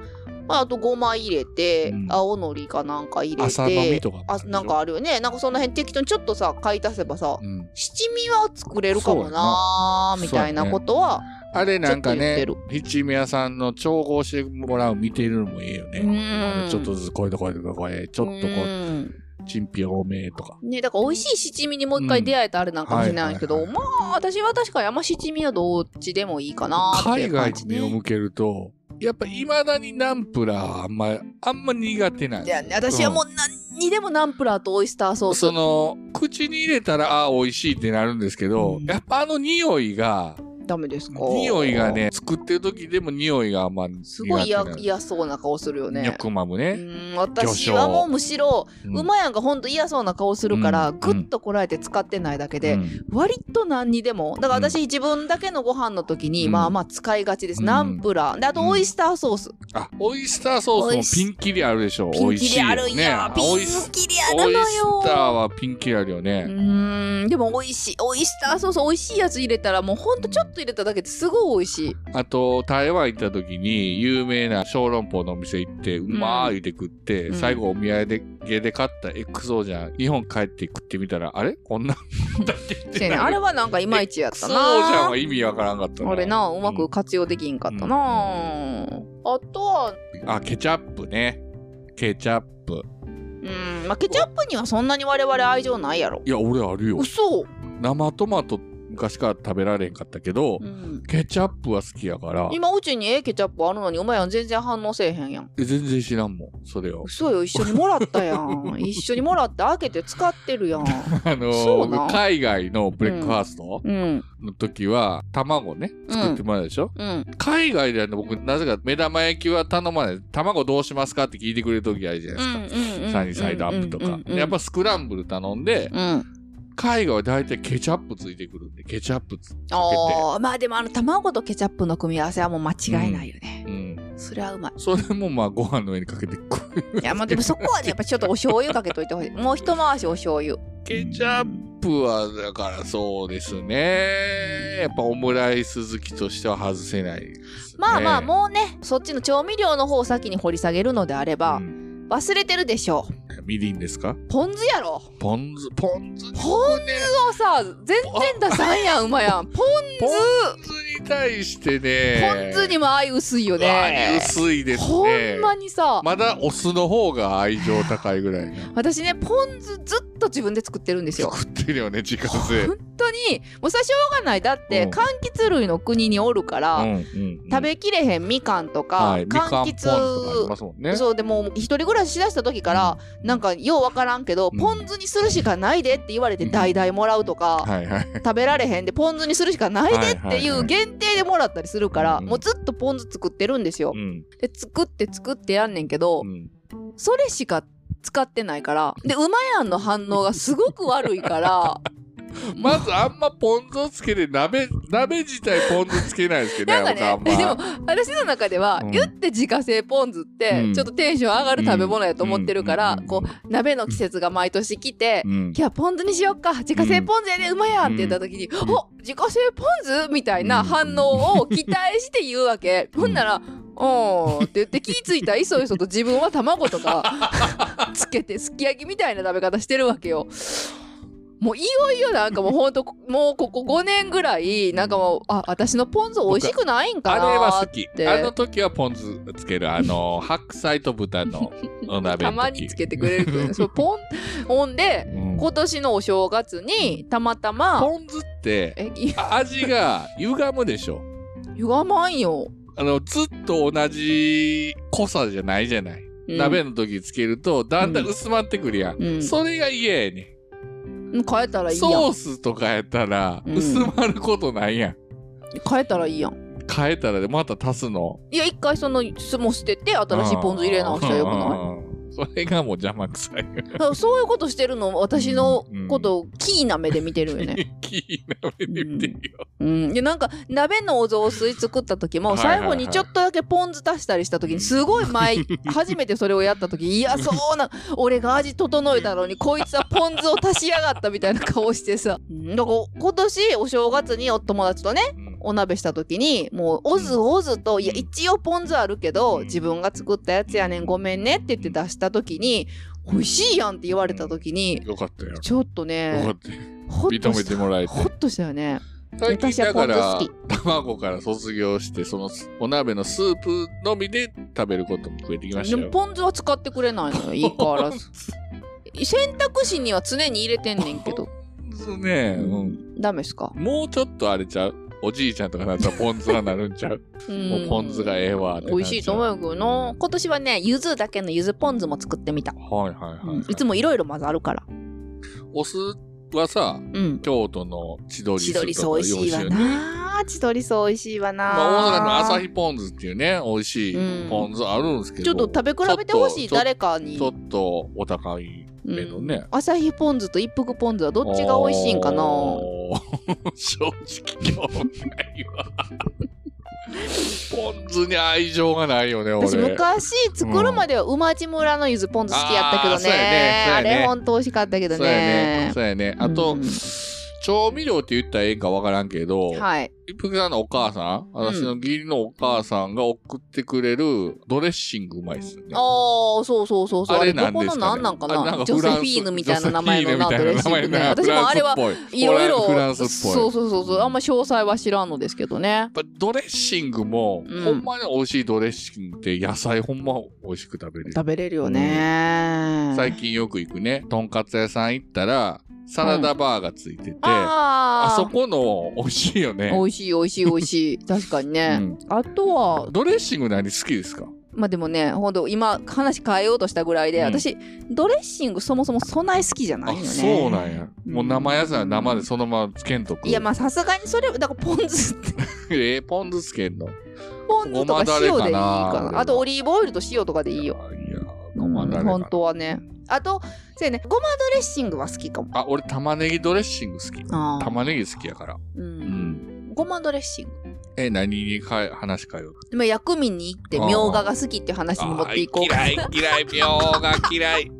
Speaker 6: あとごま入れて、
Speaker 3: うん
Speaker 6: 青のりかなんか入れて
Speaker 3: 朝飲みとかもる
Speaker 6: あ
Speaker 3: でしょ
Speaker 6: なんかあるよねなんかその辺適当にちょっとさ買い足せばさ、
Speaker 3: うん。
Speaker 6: 七味は作れるかもなーみ
Speaker 3: そうやな
Speaker 6: たいなことは
Speaker 3: あれなんかね
Speaker 6: ちょっと言、
Speaker 3: 一味屋さんの調合してもらう見てるのもいいよね。
Speaker 6: うん
Speaker 3: ちょっとずつこれとこれとこれ、ちょっとこう、
Speaker 6: うん
Speaker 3: チンピ多めとか。
Speaker 6: ねだから美味しい七味にもう一回出会えたあれなんかもしれないけど、
Speaker 3: うんはいはい
Speaker 6: まあ私は確かにあんま七味はどっちでもいいかなーってい
Speaker 3: 海
Speaker 6: う感
Speaker 3: 外
Speaker 6: じ、
Speaker 3: に
Speaker 6: ね、
Speaker 3: 目を向けると、やっぱいまだにナンプラーあんま、あんま苦手なん
Speaker 6: いやね私はもう何にでもナンプラーとオイスターソース
Speaker 3: その、口に入れたら、あー美味しいってなるんですけど、
Speaker 6: うん
Speaker 3: やっぱあの匂いが、
Speaker 6: ダメですか
Speaker 3: 匂いがね、作ってる時でも匂いがあんま苦手なんです
Speaker 6: ごい嫌嫌そうな顔するよ
Speaker 3: ニョ
Speaker 6: ね。
Speaker 3: クマム
Speaker 6: う
Speaker 3: ね。
Speaker 6: ん私はもうむしろ、
Speaker 3: うん
Speaker 6: うまやんがほんと嫌そうな顔するから、
Speaker 3: うん
Speaker 6: ぐっとこらえて使ってないだけで、
Speaker 3: うん
Speaker 6: 割と何にでもだから私自分だけのご飯の時に、
Speaker 3: うん
Speaker 6: まあまあ使いがちです、
Speaker 3: うん
Speaker 6: ナンプラーであ
Speaker 3: う
Speaker 6: と
Speaker 3: ん
Speaker 6: オイスターソース、
Speaker 3: あ、オイスターソースもピンキリあるでしょ。
Speaker 6: ピ
Speaker 3: 美
Speaker 6: ン
Speaker 3: 味
Speaker 6: キ
Speaker 3: し
Speaker 6: リ
Speaker 3: い
Speaker 6: あ
Speaker 3: よ
Speaker 6: るん
Speaker 3: ね
Speaker 6: や。。
Speaker 3: オ
Speaker 6: ピ
Speaker 3: イス
Speaker 6: ンキリあ
Speaker 3: オ
Speaker 6: る
Speaker 3: イ
Speaker 6: の
Speaker 3: スター
Speaker 6: よ。
Speaker 3: はピンキリあるよ
Speaker 6: う
Speaker 3: ね。
Speaker 6: ーんでも美味しいオイスターソース美味しいやつ入れたらもうほんとちょっと入れただけですごい美味しい
Speaker 3: あと、台湾行った時に有名な小籠包のお店行って、うまー言うて食って、
Speaker 6: うん
Speaker 3: 最後お土産で買った XO じゃん。日本帰って食ってみたら、あれこ んなだって言って
Speaker 6: せやね
Speaker 3: ない
Speaker 6: あれはなんかいまいちやった
Speaker 3: XO じゃん
Speaker 6: な
Speaker 3: は意味わからんかったな。
Speaker 6: あれなうまく活用できんかったな、あとは
Speaker 3: あ、ケチャップね。ケチャップ。
Speaker 6: うんまあケチャップにはそんなに我々愛情ないやろ
Speaker 3: いや、俺あるよ。
Speaker 6: 嘘、
Speaker 3: 生トマト昔から食べられへんかったけど、
Speaker 6: うん、
Speaker 3: ケチャップは好きやから、
Speaker 6: 今うちにええケチャップあるのにお前は全然反応せえへんやん
Speaker 3: え全然知らんもん、それ を。
Speaker 6: 嘘よ一緒にもらったや ん一緒にもらって開けて使ってるやん
Speaker 3: あの
Speaker 6: そうなん
Speaker 3: 僕海外のブレックファースト
Speaker 6: うん
Speaker 3: の時は、卵ね、作ってもらうでしょ、
Speaker 6: うん
Speaker 3: 海外ではね、僕、なぜか目玉焼きは頼まない。卵どうしますかって聞いてくれる時あるじゃないですか。サインサイドアップとか。でやっぱスクランブル頼んで、
Speaker 6: うん
Speaker 3: 海外は大体ケチャップついてくるんで、ケチャップつかけて。
Speaker 6: あーまあでもあの卵とケチャップの組み合わせはもう間違いないよね、
Speaker 3: うん。
Speaker 6: それはうまい
Speaker 3: それもまあ、ご飯の上にかけてく る。
Speaker 6: いやまあでもそこはねやっぱちょっとお醤油かけといてほしいもう一回しお醤油
Speaker 3: ケチャップは、だからそうですね。やっぱオムライス好きとしては外せないですね。
Speaker 6: まあまあもうねそっちの調味料の方を先に掘り下げるのであれば、
Speaker 3: うん
Speaker 6: 忘れてるでしょ
Speaker 3: みりんですか
Speaker 6: うポン酢やろ
Speaker 3: ポン酢、ポン酢。
Speaker 6: ポ
Speaker 3: ね
Speaker 6: ン酢をさ全然出さんやん馬やん ポン
Speaker 3: ポン
Speaker 6: 酢
Speaker 3: 酢に対してね。
Speaker 6: ポン酢にも愛薄いよ
Speaker 3: 愛
Speaker 6: ね
Speaker 3: 薄いですね。
Speaker 6: ほんまにさ、
Speaker 3: まだお酢の方が愛情高いぐらいな。
Speaker 6: 私ねポン酢ずっと自分で作ってるんですよ
Speaker 3: 食ってるよね、自家製。
Speaker 6: 本当にもうさしょうがないだって、
Speaker 3: うん
Speaker 6: 柑橘類の国におるから、
Speaker 3: うんうん
Speaker 6: 食べきれへんみかんとか、
Speaker 3: はいみかんポ
Speaker 6: 柑
Speaker 3: ン酢
Speaker 6: 橘
Speaker 3: とかありますもんね。
Speaker 6: そうでも一人暮らししだした時から、なんかようわからんけど、
Speaker 3: うん
Speaker 6: ポン酢にするしかないでって言われて代々もらうとか、
Speaker 3: はいはい。
Speaker 6: 食べられへんでポン酢にするしかないでってい
Speaker 3: はいはいは
Speaker 6: う
Speaker 3: い
Speaker 6: 限定でもらったりするから、
Speaker 3: うん
Speaker 6: もうずっとポン酢作ってるんですよ。
Speaker 3: うん。
Speaker 6: で作って作ってやんねんけど、
Speaker 3: うん
Speaker 6: それしか使ってないからでうまやんの反応がすごく悪いから
Speaker 3: まずあんまポン酢をつけて鍋、鍋自体ポン酢つけないですけど
Speaker 6: な
Speaker 3: ね、
Speaker 6: んか
Speaker 3: 僕あん
Speaker 6: ねでも
Speaker 3: ま。
Speaker 6: 私の中では、
Speaker 3: うん
Speaker 6: 言って自家製ポン酢って、
Speaker 3: うん
Speaker 6: ちょっとテンション上がる食べ物やと思ってるから、
Speaker 3: うん
Speaker 6: こう鍋の季節が毎年来て、
Speaker 3: うん
Speaker 6: いやポン酢にしよっか自家製ポン酢やでうまいやんって言った時に「
Speaker 3: ん
Speaker 6: お自家製ポン酢?」みたいな反応を期待して言うわけ、
Speaker 3: うん
Speaker 6: ほんなら「おー」って言って気ぃついたらいそいそと自分は卵 とかつけてすき焼きみたいな食べ方してるわけよ。もういよいよなんかもうほんともうここ5年ぐらいなんかもうあ私のポン酢美味しくないん
Speaker 3: あ
Speaker 6: かな
Speaker 3: れは
Speaker 6: ー
Speaker 3: 好
Speaker 6: っ
Speaker 3: き。
Speaker 6: て
Speaker 3: あの時はポン酢つける。あ の、白菜と豚のお鍋の
Speaker 6: て
Speaker 3: 時。
Speaker 6: たまにつけてくれるけ どそうポンほんで
Speaker 3: うん
Speaker 6: 今年のお正月にたまたま
Speaker 3: ポン酢って
Speaker 6: えい
Speaker 3: あ味が歪むでしょ。
Speaker 6: 歪まんよ。
Speaker 3: あの、ずっと同じ濃さじゃないじゃない。
Speaker 6: うん
Speaker 3: 鍋の時つけると、だんだん薄まってくるやん。
Speaker 6: うん
Speaker 3: それが嫌やね
Speaker 6: 変えたらい
Speaker 3: ん。
Speaker 6: いや
Speaker 3: ソ
Speaker 6: ん
Speaker 3: ースとかやったら、
Speaker 6: うん
Speaker 3: 薄まることないやん。
Speaker 6: 変えたらいいやん
Speaker 3: 変えたらでまた足すの。
Speaker 6: いや一回その酢も捨てて新しいポン酢入れ直したらよくない
Speaker 3: いそれがもう邪魔くさい。
Speaker 6: だからそういうことしてるの私のことをキーな目で見てるよね、
Speaker 3: キーな目で見てるよ。
Speaker 6: うん、でなんか鍋のお雑炊作った時も
Speaker 3: はいはいはい
Speaker 6: 最後にちょっとだけポン酢足したりした時にすごい 前初めてそれをやった時嫌そうな俺が味整えたのにこいつはポン酢を足しやがったみたいな顔してさうんだから今年お正月にお友達とね
Speaker 3: うん
Speaker 6: お鍋した時にもうおずおずと「いや一応ポン酢あるけど自分が作ったやつやねんごめんね」って言って出した時に「美味しいやん」って言われた時に
Speaker 3: よかったよ。よ
Speaker 6: ちょっと
Speaker 3: か
Speaker 6: ね
Speaker 3: ったよ。
Speaker 6: ほっ
Speaker 3: 認
Speaker 6: と
Speaker 3: め
Speaker 6: して
Speaker 3: もらえ
Speaker 6: た
Speaker 3: て
Speaker 6: ほっとしたよね。
Speaker 3: 最近だか
Speaker 6: 私
Speaker 3: ら
Speaker 6: はポン酢
Speaker 3: 卵から卒業してそのお鍋のスープのみで食べることも増えてきまし
Speaker 6: で
Speaker 3: た
Speaker 6: も
Speaker 3: よ。
Speaker 6: ポン酢は使ってくれな いのよいいからず選択肢には常に入れてんねんけど
Speaker 3: そうね、うん、
Speaker 6: ダメっすか、
Speaker 3: もうちょっとあれちゃうおじいちゃんとかなったらポン酢はなるんちゃう
Speaker 6: うん
Speaker 3: もうポン酢がええわってなっちゃう
Speaker 6: 美味しいと思うけどな今年はね柚子だけの柚子ポン酢も作ってみた、
Speaker 3: はいはいはい、
Speaker 6: うんいつもいろいろまずあるから
Speaker 3: お酢はさ
Speaker 6: うん
Speaker 3: 京都の千鳥酢
Speaker 6: 千
Speaker 3: とか
Speaker 6: 鳥酢美味しいわ
Speaker 3: よね
Speaker 6: な千鳥酢美味しいわな、
Speaker 3: まあ、大阪の朝日ポン酢っていうね美味しいポン酢あるんですけ
Speaker 6: ち
Speaker 3: ど、
Speaker 6: ょっと食べ比べてほし
Speaker 3: ちょ
Speaker 6: い
Speaker 3: っと
Speaker 6: 誰かに
Speaker 3: ちょっとお高いめのね、
Speaker 6: うん朝日ポン酢と一服ポン酢はどっちが美味しいんか な
Speaker 3: おー正直興味ないわ。ポン酢に愛情がないよね俺
Speaker 6: 私昔作るまでは馬路村のゆずポン酢好きやったけど
Speaker 3: あーそうやね
Speaker 6: ね
Speaker 3: そう
Speaker 6: あ
Speaker 3: やね
Speaker 6: れほんと美味しかったけど
Speaker 3: そうやね
Speaker 6: ね
Speaker 3: そうやねあと、
Speaker 6: うん
Speaker 3: 調味料って言ったらええんかわからんけど、
Speaker 6: はい
Speaker 3: 一服さんのお母さん、私の義理のお母さんが送ってくれるドレッシングうまいっすよね。
Speaker 6: ああそうそうそうそう
Speaker 3: あ
Speaker 6: あ
Speaker 3: れ
Speaker 6: れ
Speaker 3: な
Speaker 6: ど
Speaker 3: んで
Speaker 6: こ
Speaker 3: すかね
Speaker 6: のなんなんか
Speaker 3: あれなん
Speaker 6: な
Speaker 3: か
Speaker 6: ジョセフィーヌみたいな名前のな
Speaker 3: ジ
Speaker 6: ド
Speaker 3: ョセフィーヌ
Speaker 6: レ
Speaker 3: み
Speaker 6: ッ
Speaker 3: た
Speaker 6: シ
Speaker 3: いな
Speaker 6: ングね私もあれは
Speaker 3: フランスっぽ
Speaker 6: いろいろ
Speaker 3: フランスっぽい
Speaker 6: そうそうそうそうあんま詳細は知らんのですけどね
Speaker 3: やっぱドレッシングも、
Speaker 6: うん
Speaker 3: ほんまに美味しいドレッシングって野菜ほんま美味しく食べれる。
Speaker 6: 食べれるよね
Speaker 3: 最近よく行くね、とんかつ屋さん行ったら、サラダバーがついてて、あ
Speaker 6: ああ
Speaker 3: そこの美味しいよね
Speaker 6: 美。味しい美味しい美 味しい確かにね、あとは
Speaker 3: ドレッシング何好きですか
Speaker 6: まあでもねほんと今話変えようとしたぐらいで、
Speaker 3: うん
Speaker 6: 私ドレッシングそもそもそない好きじゃな
Speaker 3: あ、
Speaker 6: いよね
Speaker 3: そうなんや。
Speaker 6: うん
Speaker 3: もう生野菜は生でそのままつけんとく。
Speaker 6: いやまあさすがにそれだからポン酢って
Speaker 3: えポン酢つけんの
Speaker 6: ポン酢とか塩でいい
Speaker 3: ごまだれか
Speaker 6: かな
Speaker 3: な
Speaker 6: あとオリーブオイルと塩とかでいいよ。
Speaker 3: いや、
Speaker 6: う
Speaker 3: ご
Speaker 6: ん
Speaker 3: まだれか
Speaker 6: 本
Speaker 3: な。
Speaker 6: 当はねあとそうやねごまドレッシングは好きかも
Speaker 3: あ、俺玉ねぎドレッシング好き。
Speaker 6: あー
Speaker 3: 玉ねぎ好きやから。う
Speaker 6: う
Speaker 3: んん。
Speaker 6: ごまドレッシング
Speaker 3: え、何にかえ話変えようか。
Speaker 6: でも薬味に行ってみょうがが好きっていう話に持っていこうか
Speaker 3: あー嫌い、嫌い、みょうが嫌い。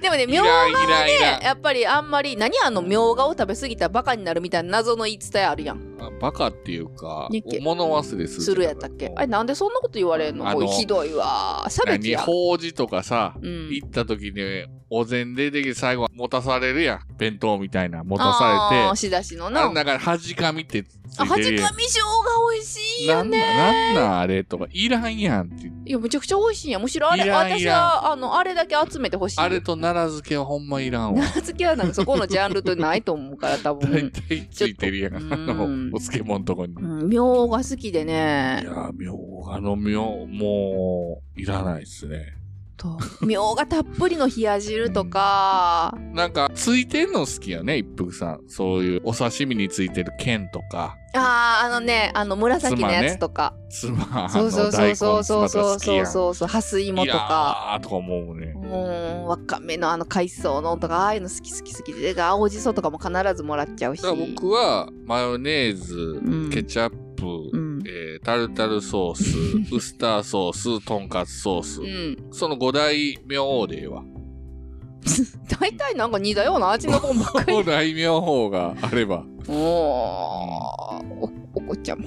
Speaker 6: でもねみ
Speaker 3: 嫌
Speaker 6: ょ
Speaker 3: いう
Speaker 6: がは
Speaker 3: 嫌い嫌
Speaker 6: ね
Speaker 3: い
Speaker 6: やっぱりあんまり何あのみょうがを食べ過ぎたらバカになるみたいな謎の言い伝えあるやん
Speaker 3: あバカっていうか
Speaker 6: ねっけ、
Speaker 3: 物忘れする。
Speaker 6: するやったっけあれなんでそんなこと言われんの
Speaker 3: あの
Speaker 6: おいひどいわ差別
Speaker 3: 何
Speaker 6: や
Speaker 3: 法事とかさ、
Speaker 6: うん
Speaker 3: 行った時にお膳出てきて最後持たされるやん。弁当みたいな持たされ
Speaker 6: あー
Speaker 3: て。
Speaker 6: 仕出しの
Speaker 3: あ
Speaker 6: な
Speaker 3: の中に端かみってつ
Speaker 6: あ
Speaker 3: い
Speaker 6: は
Speaker 3: て
Speaker 6: じ
Speaker 3: るや
Speaker 6: か
Speaker 3: ん。
Speaker 6: みしょうが美味しいよ
Speaker 3: なんな
Speaker 6: ね
Speaker 3: んなんあれとか、いらんやんって言って。
Speaker 6: いやめちゃくちゃ美味しいんやむしろあれ
Speaker 3: いらんいらん
Speaker 6: 私はあのあれだけ集めてほしい
Speaker 3: あれと奈良漬けはほんまいらんわ。
Speaker 6: 奈良漬けはなんかそこのジャンルとないと思うから多
Speaker 3: 大
Speaker 6: 分
Speaker 3: 体ついてるやん。
Speaker 6: ちょっと
Speaker 3: あの、お
Speaker 6: うん
Speaker 3: 漬物のとこに。
Speaker 6: うんみょうが好きで
Speaker 3: い
Speaker 6: ね
Speaker 3: やー、みょうがのみょう、もう、いらないですね。
Speaker 6: とみょうがたっぷりの冷や汁とか
Speaker 3: なんか、ついてんの好きよね、一服さん。そういう、お刺身についてる剣とか、
Speaker 6: あーあのねあの紫のやつとか、
Speaker 3: つま、あ
Speaker 6: そ
Speaker 3: の
Speaker 6: うそうそうそうそうそう
Speaker 3: 大
Speaker 6: そ
Speaker 3: 根つま
Speaker 6: うそうそうハス
Speaker 3: とか好
Speaker 6: 芋
Speaker 3: き
Speaker 6: と
Speaker 3: やん
Speaker 6: か
Speaker 3: いやーとか思うね
Speaker 6: う。んわかめのあの海藻のとかああいうの好き好き好きでで青じそとかも必ずもらっちゃうし
Speaker 3: だから僕は、マヨネーズ、
Speaker 6: うん
Speaker 3: ケチャップ、
Speaker 6: うん
Speaker 3: えータルタルソー ス、ウスターソース、とんかつソース。
Speaker 6: うん
Speaker 3: その五大名王でええわ。
Speaker 6: 大体なんか似たような味のもんばっかり
Speaker 3: 五大名王があれば。
Speaker 6: おーおお子ちゃま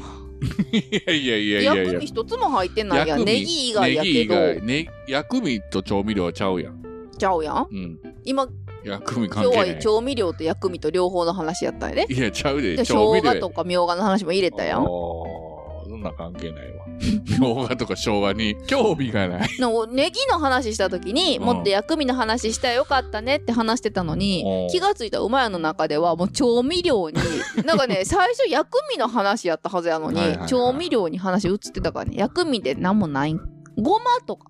Speaker 3: いやいやいやいやい
Speaker 6: 薬
Speaker 3: や
Speaker 6: 味。一つも入ってないやんネギ以外や
Speaker 3: ネギ
Speaker 6: け
Speaker 3: 以外
Speaker 6: ど
Speaker 3: ね、薬味と調味料はちゃうやん。
Speaker 6: ちゃうやん
Speaker 3: うん。
Speaker 6: 今
Speaker 3: 薬味関
Speaker 6: 今日
Speaker 3: 係な。
Speaker 6: はい調味料と薬味と両方の話やったんやで
Speaker 3: いや、ちゃうで。
Speaker 6: で生
Speaker 3: 調味料
Speaker 6: 姜とかみょうがの話も入れたや
Speaker 3: あ
Speaker 6: ん
Speaker 3: ーそんな関係ない わ。生姜とか生姜に興味がない。
Speaker 6: なんかネギの話した時に、
Speaker 3: うん
Speaker 6: もっと薬味の話したらよかったねって話してたの
Speaker 3: う
Speaker 6: に
Speaker 3: ん
Speaker 6: 気がついた馬屋の中ではもう調味 料になんかね最初薬味の話やったはずやのに
Speaker 3: はいはいはい
Speaker 6: 調味料に話移ってたからね薬味で何もないんごまとか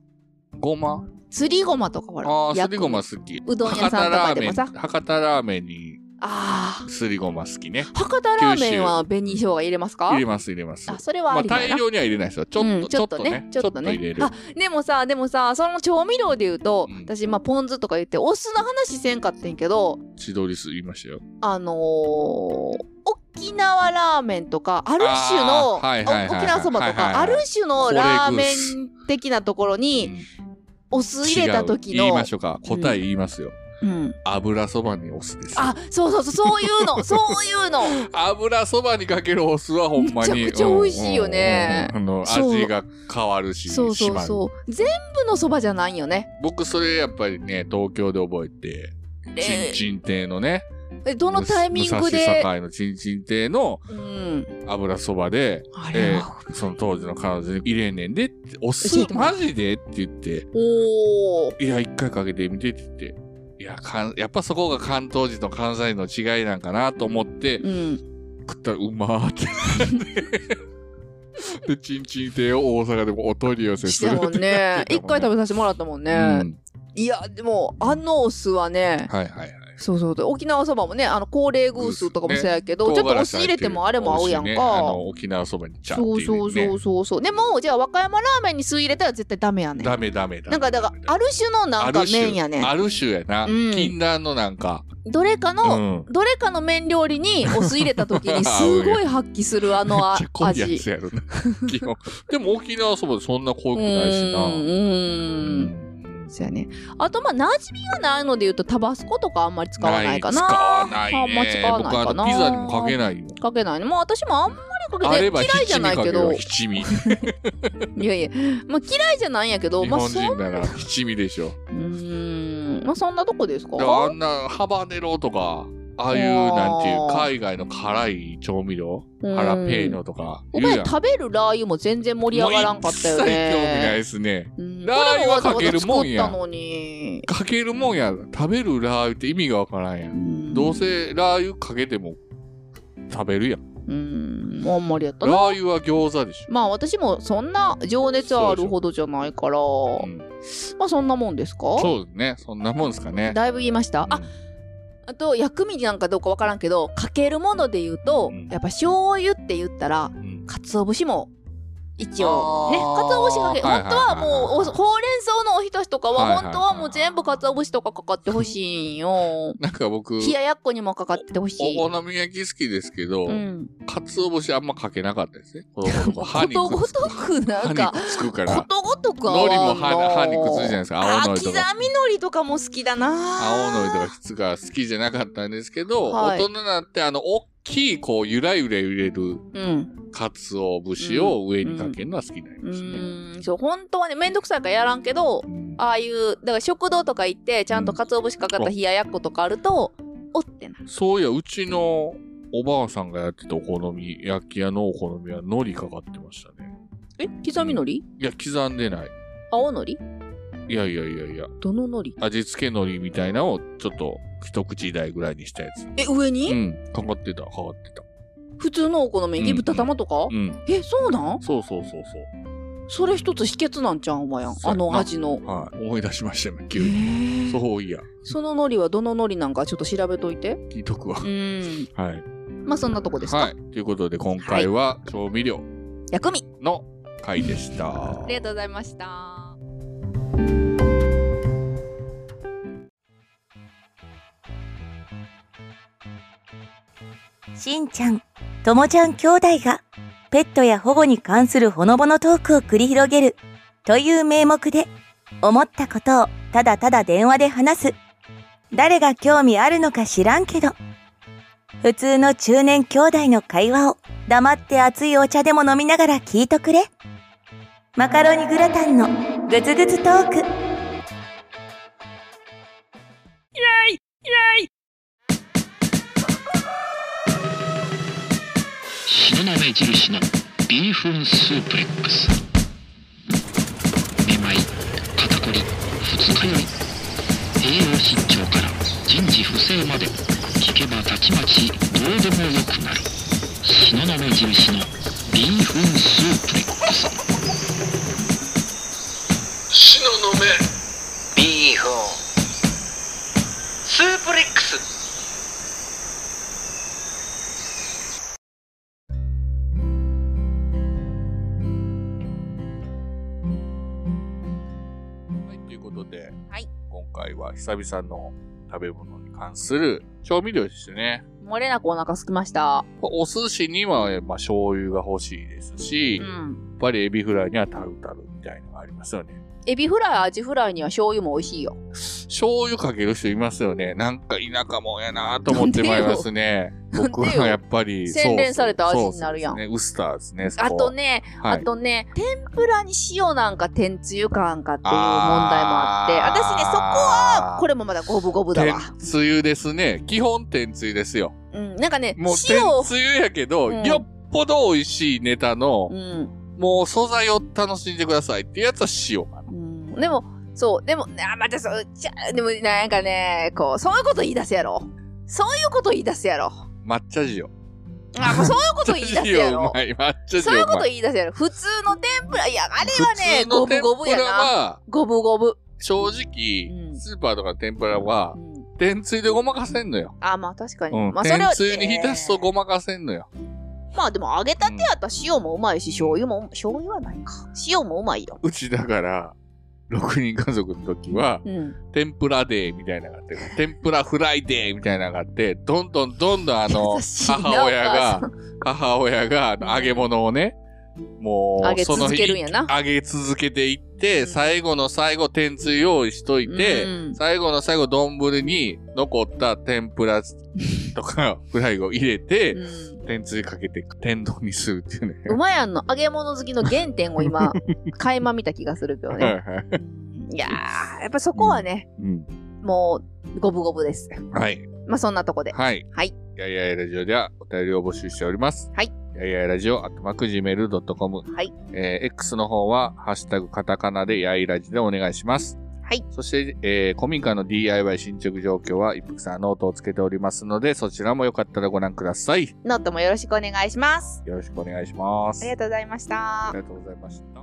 Speaker 3: ごます
Speaker 6: りごまとかほら
Speaker 3: ああ、す
Speaker 6: 薬
Speaker 3: りごま好き。
Speaker 6: うどん屋さんとかでもさ
Speaker 3: 博多ラーメン博多ラーメンに
Speaker 6: あ
Speaker 3: すりごま好きね。
Speaker 6: ー博多ラーメンは紅生姜入れますか
Speaker 3: 入れます、入れます。
Speaker 6: あそれは
Speaker 3: ま
Speaker 6: あ
Speaker 3: あ、
Speaker 6: りだな、
Speaker 3: 大量には入れないですよ。ちょっと、
Speaker 6: うんちょっとね
Speaker 3: ちょっと入れる
Speaker 6: あ。でもさでもさその調味料で言うと、
Speaker 3: うん
Speaker 6: 私まあポン酢とか言ってお酢の話せんかってんけど
Speaker 3: 千鳥酢言いましたよ。
Speaker 6: あのー沖縄ラーメンとかある種の
Speaker 3: あーはいはいはいはい
Speaker 6: お沖縄そばと
Speaker 3: はいはいは
Speaker 6: か
Speaker 3: い
Speaker 6: ある種のラーメン的なところにお酢入れた時
Speaker 3: 違う言い
Speaker 6: の
Speaker 3: ましょうか。答え言いますよ。
Speaker 6: うん、
Speaker 3: 油そばにお酢です。
Speaker 6: あそうそうそうそうい うのそういうの
Speaker 3: 油そばにかけるお酢はほんまに
Speaker 6: めちゃくちゃ美味しいよね
Speaker 3: うんうんうんあの
Speaker 6: そう
Speaker 3: 味が変わるし
Speaker 6: そうそう
Speaker 3: 締まる
Speaker 6: そう全部のそばじゃないよね
Speaker 3: 僕それやっぱりね東京で覚えてちん
Speaker 6: え
Speaker 3: ちん亭のね
Speaker 6: えどのタイミング
Speaker 3: 武
Speaker 6: で
Speaker 3: 蔵境のちんちん亭の
Speaker 6: うん
Speaker 3: 油そばで、
Speaker 6: あれ
Speaker 3: え
Speaker 6: は、
Speaker 3: ーその当時の彼女に入れんねんでってお酢
Speaker 6: 教えてもら
Speaker 3: マジでって言って
Speaker 6: おー
Speaker 3: いや一回かけてみてって言っていやかんやっぱそこが関東人と関西人の違いなんかなと思って、
Speaker 6: うん
Speaker 3: 食ったらうまー ってでチンチン亭を大阪でもお取り寄せ
Speaker 6: し
Speaker 3: す
Speaker 6: て
Speaker 3: る
Speaker 6: たもんね
Speaker 3: 言
Speaker 6: 一
Speaker 3: ってたもんね
Speaker 6: 回食べさせてもらったもんね、
Speaker 3: うん
Speaker 6: いやでもあのお酢はね
Speaker 3: はいはいはい
Speaker 6: そうそうで沖縄そばもねあの高齢グースとかもそうやけど、ちょっとお酢入れてもあれも合うやんか、
Speaker 3: 美味しいねあの沖縄そばにちゃん
Speaker 6: そうそうそうそうそうでもじゃあ和歌山ラーメンに酢入れたら絶対ダメやねん
Speaker 3: ダメダメダメ
Speaker 6: なんかだからあ
Speaker 3: る
Speaker 6: る種のなんか麺やねん
Speaker 3: ある種やな、
Speaker 6: うん
Speaker 3: 禁断のなんか、
Speaker 6: どれか
Speaker 3: う
Speaker 6: の、
Speaker 3: ん、
Speaker 6: どれかの麺料理にお酢入れた時 にすごい発揮するあ
Speaker 3: めっ
Speaker 6: のあ
Speaker 3: ちゃ濃いやつ
Speaker 6: 味
Speaker 3: やろな 基本でも沖縄そばでそんな濃
Speaker 6: う
Speaker 3: く
Speaker 6: ん
Speaker 3: ないしな
Speaker 6: うんそうやねあとまあ馴染みがないので言うとタバスコとかあんまり使わないかな
Speaker 3: 使わないね
Speaker 6: あんま使わないかな
Speaker 3: 僕あのピザにもかけないよ
Speaker 6: かけないねまあ私もあんまりか
Speaker 3: あ
Speaker 6: けて
Speaker 3: れば
Speaker 6: 嫌いじゃ
Speaker 3: 七
Speaker 6: な
Speaker 3: 味
Speaker 6: い
Speaker 3: かけ
Speaker 6: け
Speaker 3: ろ
Speaker 6: ど
Speaker 3: 七味
Speaker 6: いやいや、まあ、嫌いじゃないんやけど
Speaker 3: 日
Speaker 6: まあ
Speaker 3: 本
Speaker 6: そ
Speaker 3: 人
Speaker 6: う
Speaker 3: なら七味でしょ
Speaker 6: うーんまあそんなとこです
Speaker 3: だ
Speaker 6: か
Speaker 3: からあんなハバネロとかああいうなんていう海外の辛い調味料
Speaker 6: うん
Speaker 3: ハラペーノとか
Speaker 6: お
Speaker 3: 言う
Speaker 6: 前
Speaker 3: やん
Speaker 6: 食べるラー油も全然盛り上がらんかったよ
Speaker 3: もう一切興味ない
Speaker 6: ね。
Speaker 3: ですね
Speaker 6: うん
Speaker 3: ラー油はかけるもんや
Speaker 6: これもわざわざ作ったのに。
Speaker 3: かけるもんや食べるラー油って意味がわからんやんどうせラー油かけても食べるやん
Speaker 6: うん、あんまりやった
Speaker 3: ラ
Speaker 6: な。
Speaker 3: ー油は餃子でしょ
Speaker 6: まあ私もそんな情熱あるほどじゃないから、
Speaker 3: うん
Speaker 6: まあそんなもんですか
Speaker 3: そうですねそんなもんですかね
Speaker 6: だいぶ言いました。
Speaker 3: う
Speaker 6: あ
Speaker 3: ん
Speaker 6: あと薬味なんかどうかわからんけどかけるもので言うと、
Speaker 3: うん
Speaker 6: やっぱ醤油って言ったら
Speaker 3: うん
Speaker 6: 鰹節も一応ね
Speaker 3: あー
Speaker 6: 鰹節かけ
Speaker 3: はいはい
Speaker 6: 本当はもうお
Speaker 3: はいはいはい
Speaker 6: ほうれん草のおひたしとか
Speaker 3: はいは
Speaker 6: は
Speaker 3: いは
Speaker 6: 本
Speaker 3: い
Speaker 6: 当はもう全部鰹節とかかかってほしいんよ
Speaker 3: なんか僕
Speaker 6: 冷ややっこにもかかってほしい
Speaker 3: お好み焼き好きですけど、
Speaker 6: うん
Speaker 3: 鰹節あんまかけなかったですね。子供の頃
Speaker 6: こ
Speaker 3: 歯に
Speaker 6: とご
Speaker 3: くっつ
Speaker 6: とくなんか
Speaker 3: 歯にくっつくか
Speaker 6: こ
Speaker 3: ら。
Speaker 6: とごとく
Speaker 3: 海
Speaker 6: 合
Speaker 3: 苔
Speaker 6: わ
Speaker 3: も
Speaker 6: ん
Speaker 3: 歯に歯にくっつくじゃないですか。青
Speaker 6: あ
Speaker 3: の
Speaker 6: ー
Speaker 3: りと
Speaker 6: 刻
Speaker 3: か。
Speaker 6: み海苔とかも好きだな
Speaker 3: 青のりとかきつが好きじゃなかったんですけど、
Speaker 6: はい
Speaker 3: 大人になってあの、大きいこう、ゆらゆら揺れる
Speaker 6: うん
Speaker 3: 鰹節を上にかけるのは好きになり
Speaker 6: う
Speaker 3: ましたね。
Speaker 6: ーんそう本当はねめんどくさいからやらんけど
Speaker 3: うん
Speaker 6: ああいうだから食堂とか行ってちゃんと鰹節かかった冷ややっことかあるとおってな
Speaker 3: そういや、うちのおばあさんがやってたお好み焼き屋のお好みは海苔かかってましたね。
Speaker 6: え刻み海苔
Speaker 3: いや、刻んでない。
Speaker 6: 青のり
Speaker 3: いやいやいやいや。
Speaker 6: どの海苔
Speaker 3: 味付け海苔みたいなのをちょっと一口大ぐらいにしたやつ。
Speaker 6: え上
Speaker 3: う
Speaker 6: に
Speaker 3: ん、かかってた、かかってた。
Speaker 6: 普通のお好み焼
Speaker 3: う
Speaker 6: き
Speaker 3: ん
Speaker 6: 豚玉とか
Speaker 3: うん、
Speaker 6: えそうなん
Speaker 3: そうそうそうそ
Speaker 6: それ一つ秘訣なんちゃうんわやん
Speaker 3: そう
Speaker 6: あ
Speaker 3: やな
Speaker 6: の味の
Speaker 3: う。はい、思い出しましたね、急
Speaker 6: へ
Speaker 3: に。
Speaker 6: ー
Speaker 3: そういや、
Speaker 6: その海苔はどの海苔なんかちょっと調べといて
Speaker 3: 聞いとくわ。
Speaker 6: うん
Speaker 3: はい。
Speaker 6: まあそんなとこですか、
Speaker 3: はい。ということで、今回は調味料
Speaker 6: 薬味
Speaker 3: の回でした。
Speaker 6: ありがとうございました
Speaker 7: しんちゃん、ともちゃん兄弟がペットや保護に関するほのぼのトークを繰り広げるという名目で思ったことをただただ電話で話す。誰が興味あるのか知らんけど。普通の中年兄弟の会話を黙って熱いお茶でも飲みながら聞いとくれ。マカロニグラタンのグツグツトーク。
Speaker 8: 死なない目印のビーフンスープレックスめまい肩こり二日酔い栄養失調から人事不正まで聞けばたちまちどうでもよくなる死なない目印のビーフンスープレックス死のの目ビーフンスープレックス
Speaker 3: はい、ということで、
Speaker 6: はい
Speaker 3: 今回は久々の食べ物に関する調味料ですね。
Speaker 6: 漏れなくお腹すきました
Speaker 3: お寿司には、まあ、醤油が欲しいですし、
Speaker 6: う
Speaker 3: や
Speaker 6: ん
Speaker 3: っぱりエビフライにはタルタルみたいなのがありますよね。
Speaker 6: エビフライアジフライには醤油も美味しいよ
Speaker 3: 醤油かける人いますよね。なんか田舎もんやなと思ってまいますね。
Speaker 6: なんでよ
Speaker 3: 僕はやっぱり。
Speaker 6: なんでよ洗練された味になるや
Speaker 3: そ
Speaker 6: ん
Speaker 3: うですね、ウスターですね。そこ
Speaker 6: あと、ね
Speaker 3: はい
Speaker 6: あとね、天ぷらに塩なんか天つゆかなんかっていう問題もあって、
Speaker 3: あー
Speaker 6: 私ね、そこは、これもまだゴブゴブだわ。
Speaker 3: 天つゆですね。基本天つゆですよ。
Speaker 6: うん、なんかね、
Speaker 3: もう
Speaker 6: 塩
Speaker 3: 天
Speaker 6: を、
Speaker 3: つゆやけど、
Speaker 6: うん
Speaker 3: よっぽど美味しいネタの、
Speaker 6: うん、
Speaker 3: もう素材を楽しんでくださいっていうやつは塩かな。
Speaker 6: うん。でも、そう、でも、あ、またそう、ちゃ、でもなんかね、こう、そういうこと言い出すやろ。そういうこと言い出すやろ。
Speaker 3: 抹茶塩。
Speaker 6: あ、もうそういうこと
Speaker 3: 抹
Speaker 6: 言い出
Speaker 3: 茶
Speaker 6: す や
Speaker 3: 塩う
Speaker 6: ろ。
Speaker 3: まい。抹茶
Speaker 6: そういう
Speaker 3: 塩う
Speaker 6: こと
Speaker 3: まい。
Speaker 6: 言い出すやろ。普通の天ぷら、いや、あれはね
Speaker 3: 普、通
Speaker 6: ゴ
Speaker 3: の
Speaker 6: ブ
Speaker 3: 天
Speaker 6: ゴブ
Speaker 3: ぷ
Speaker 6: や
Speaker 3: ら
Speaker 6: な。
Speaker 3: は、
Speaker 6: ゴブゴブ。
Speaker 3: 正直、
Speaker 6: うん
Speaker 3: スーパーとかの天ぷらは
Speaker 6: う、ん
Speaker 3: 天天つゆでごまかせんのよ。
Speaker 4: あ、まあ確かに。
Speaker 3: うん。
Speaker 4: まあそれ
Speaker 3: 天
Speaker 4: は、
Speaker 3: つゆに浸すとごまかせんのよ。
Speaker 4: まあでも揚げたてやったら塩もうまいし、醤油も、醤油はないか。塩もうまいよ。
Speaker 3: うちだから、6人家族の時は、
Speaker 4: うん。
Speaker 3: 天ぷらデーみたいなのがあって、天ぷらフライデーみたいなのがあって、どんどんどんどんあの
Speaker 6: 優、しいな
Speaker 3: 母親
Speaker 6: お母
Speaker 3: が、母親があの揚げ物をね、も
Speaker 6: 揚げ
Speaker 3: う、その
Speaker 6: 続け
Speaker 3: 日
Speaker 6: るんやな。
Speaker 3: 揚げ続けていって、
Speaker 6: うん
Speaker 3: 最後の最後天つゆ用意しといて、
Speaker 6: うん
Speaker 3: 最後の最後丼に残った天ぷ らとかフライを入れて、
Speaker 6: うん
Speaker 3: 天つゆかけて天丼にするっていうね。
Speaker 4: うまやんの揚げ物好きの原点を今、 垣間見た気がするけど
Speaker 3: はい
Speaker 4: ね。
Speaker 3: はい。
Speaker 4: いやー、やっぱそこはね、
Speaker 3: うん。
Speaker 4: もう、五分五分です。
Speaker 3: はい。
Speaker 4: まあそんなとこで。
Speaker 3: はい。
Speaker 4: はい。
Speaker 3: やいやいラジオではお便りを募集しております。
Speaker 4: はい。
Speaker 3: やいやいラジオ、あとまくじめる .com。
Speaker 4: はい。
Speaker 3: えー X の方は、ハッシュタグカタカナでやいラジでお願いします。
Speaker 4: はい。
Speaker 3: そして、えー、古民家の DIY 進捗状況は、一服さんノートをつけておりますので、そちらもよかったらご覧ください。
Speaker 4: ノートもよろしくお願いします。
Speaker 3: よろしくお願いします。
Speaker 4: ありがとうございました
Speaker 3: あり。がとうございました。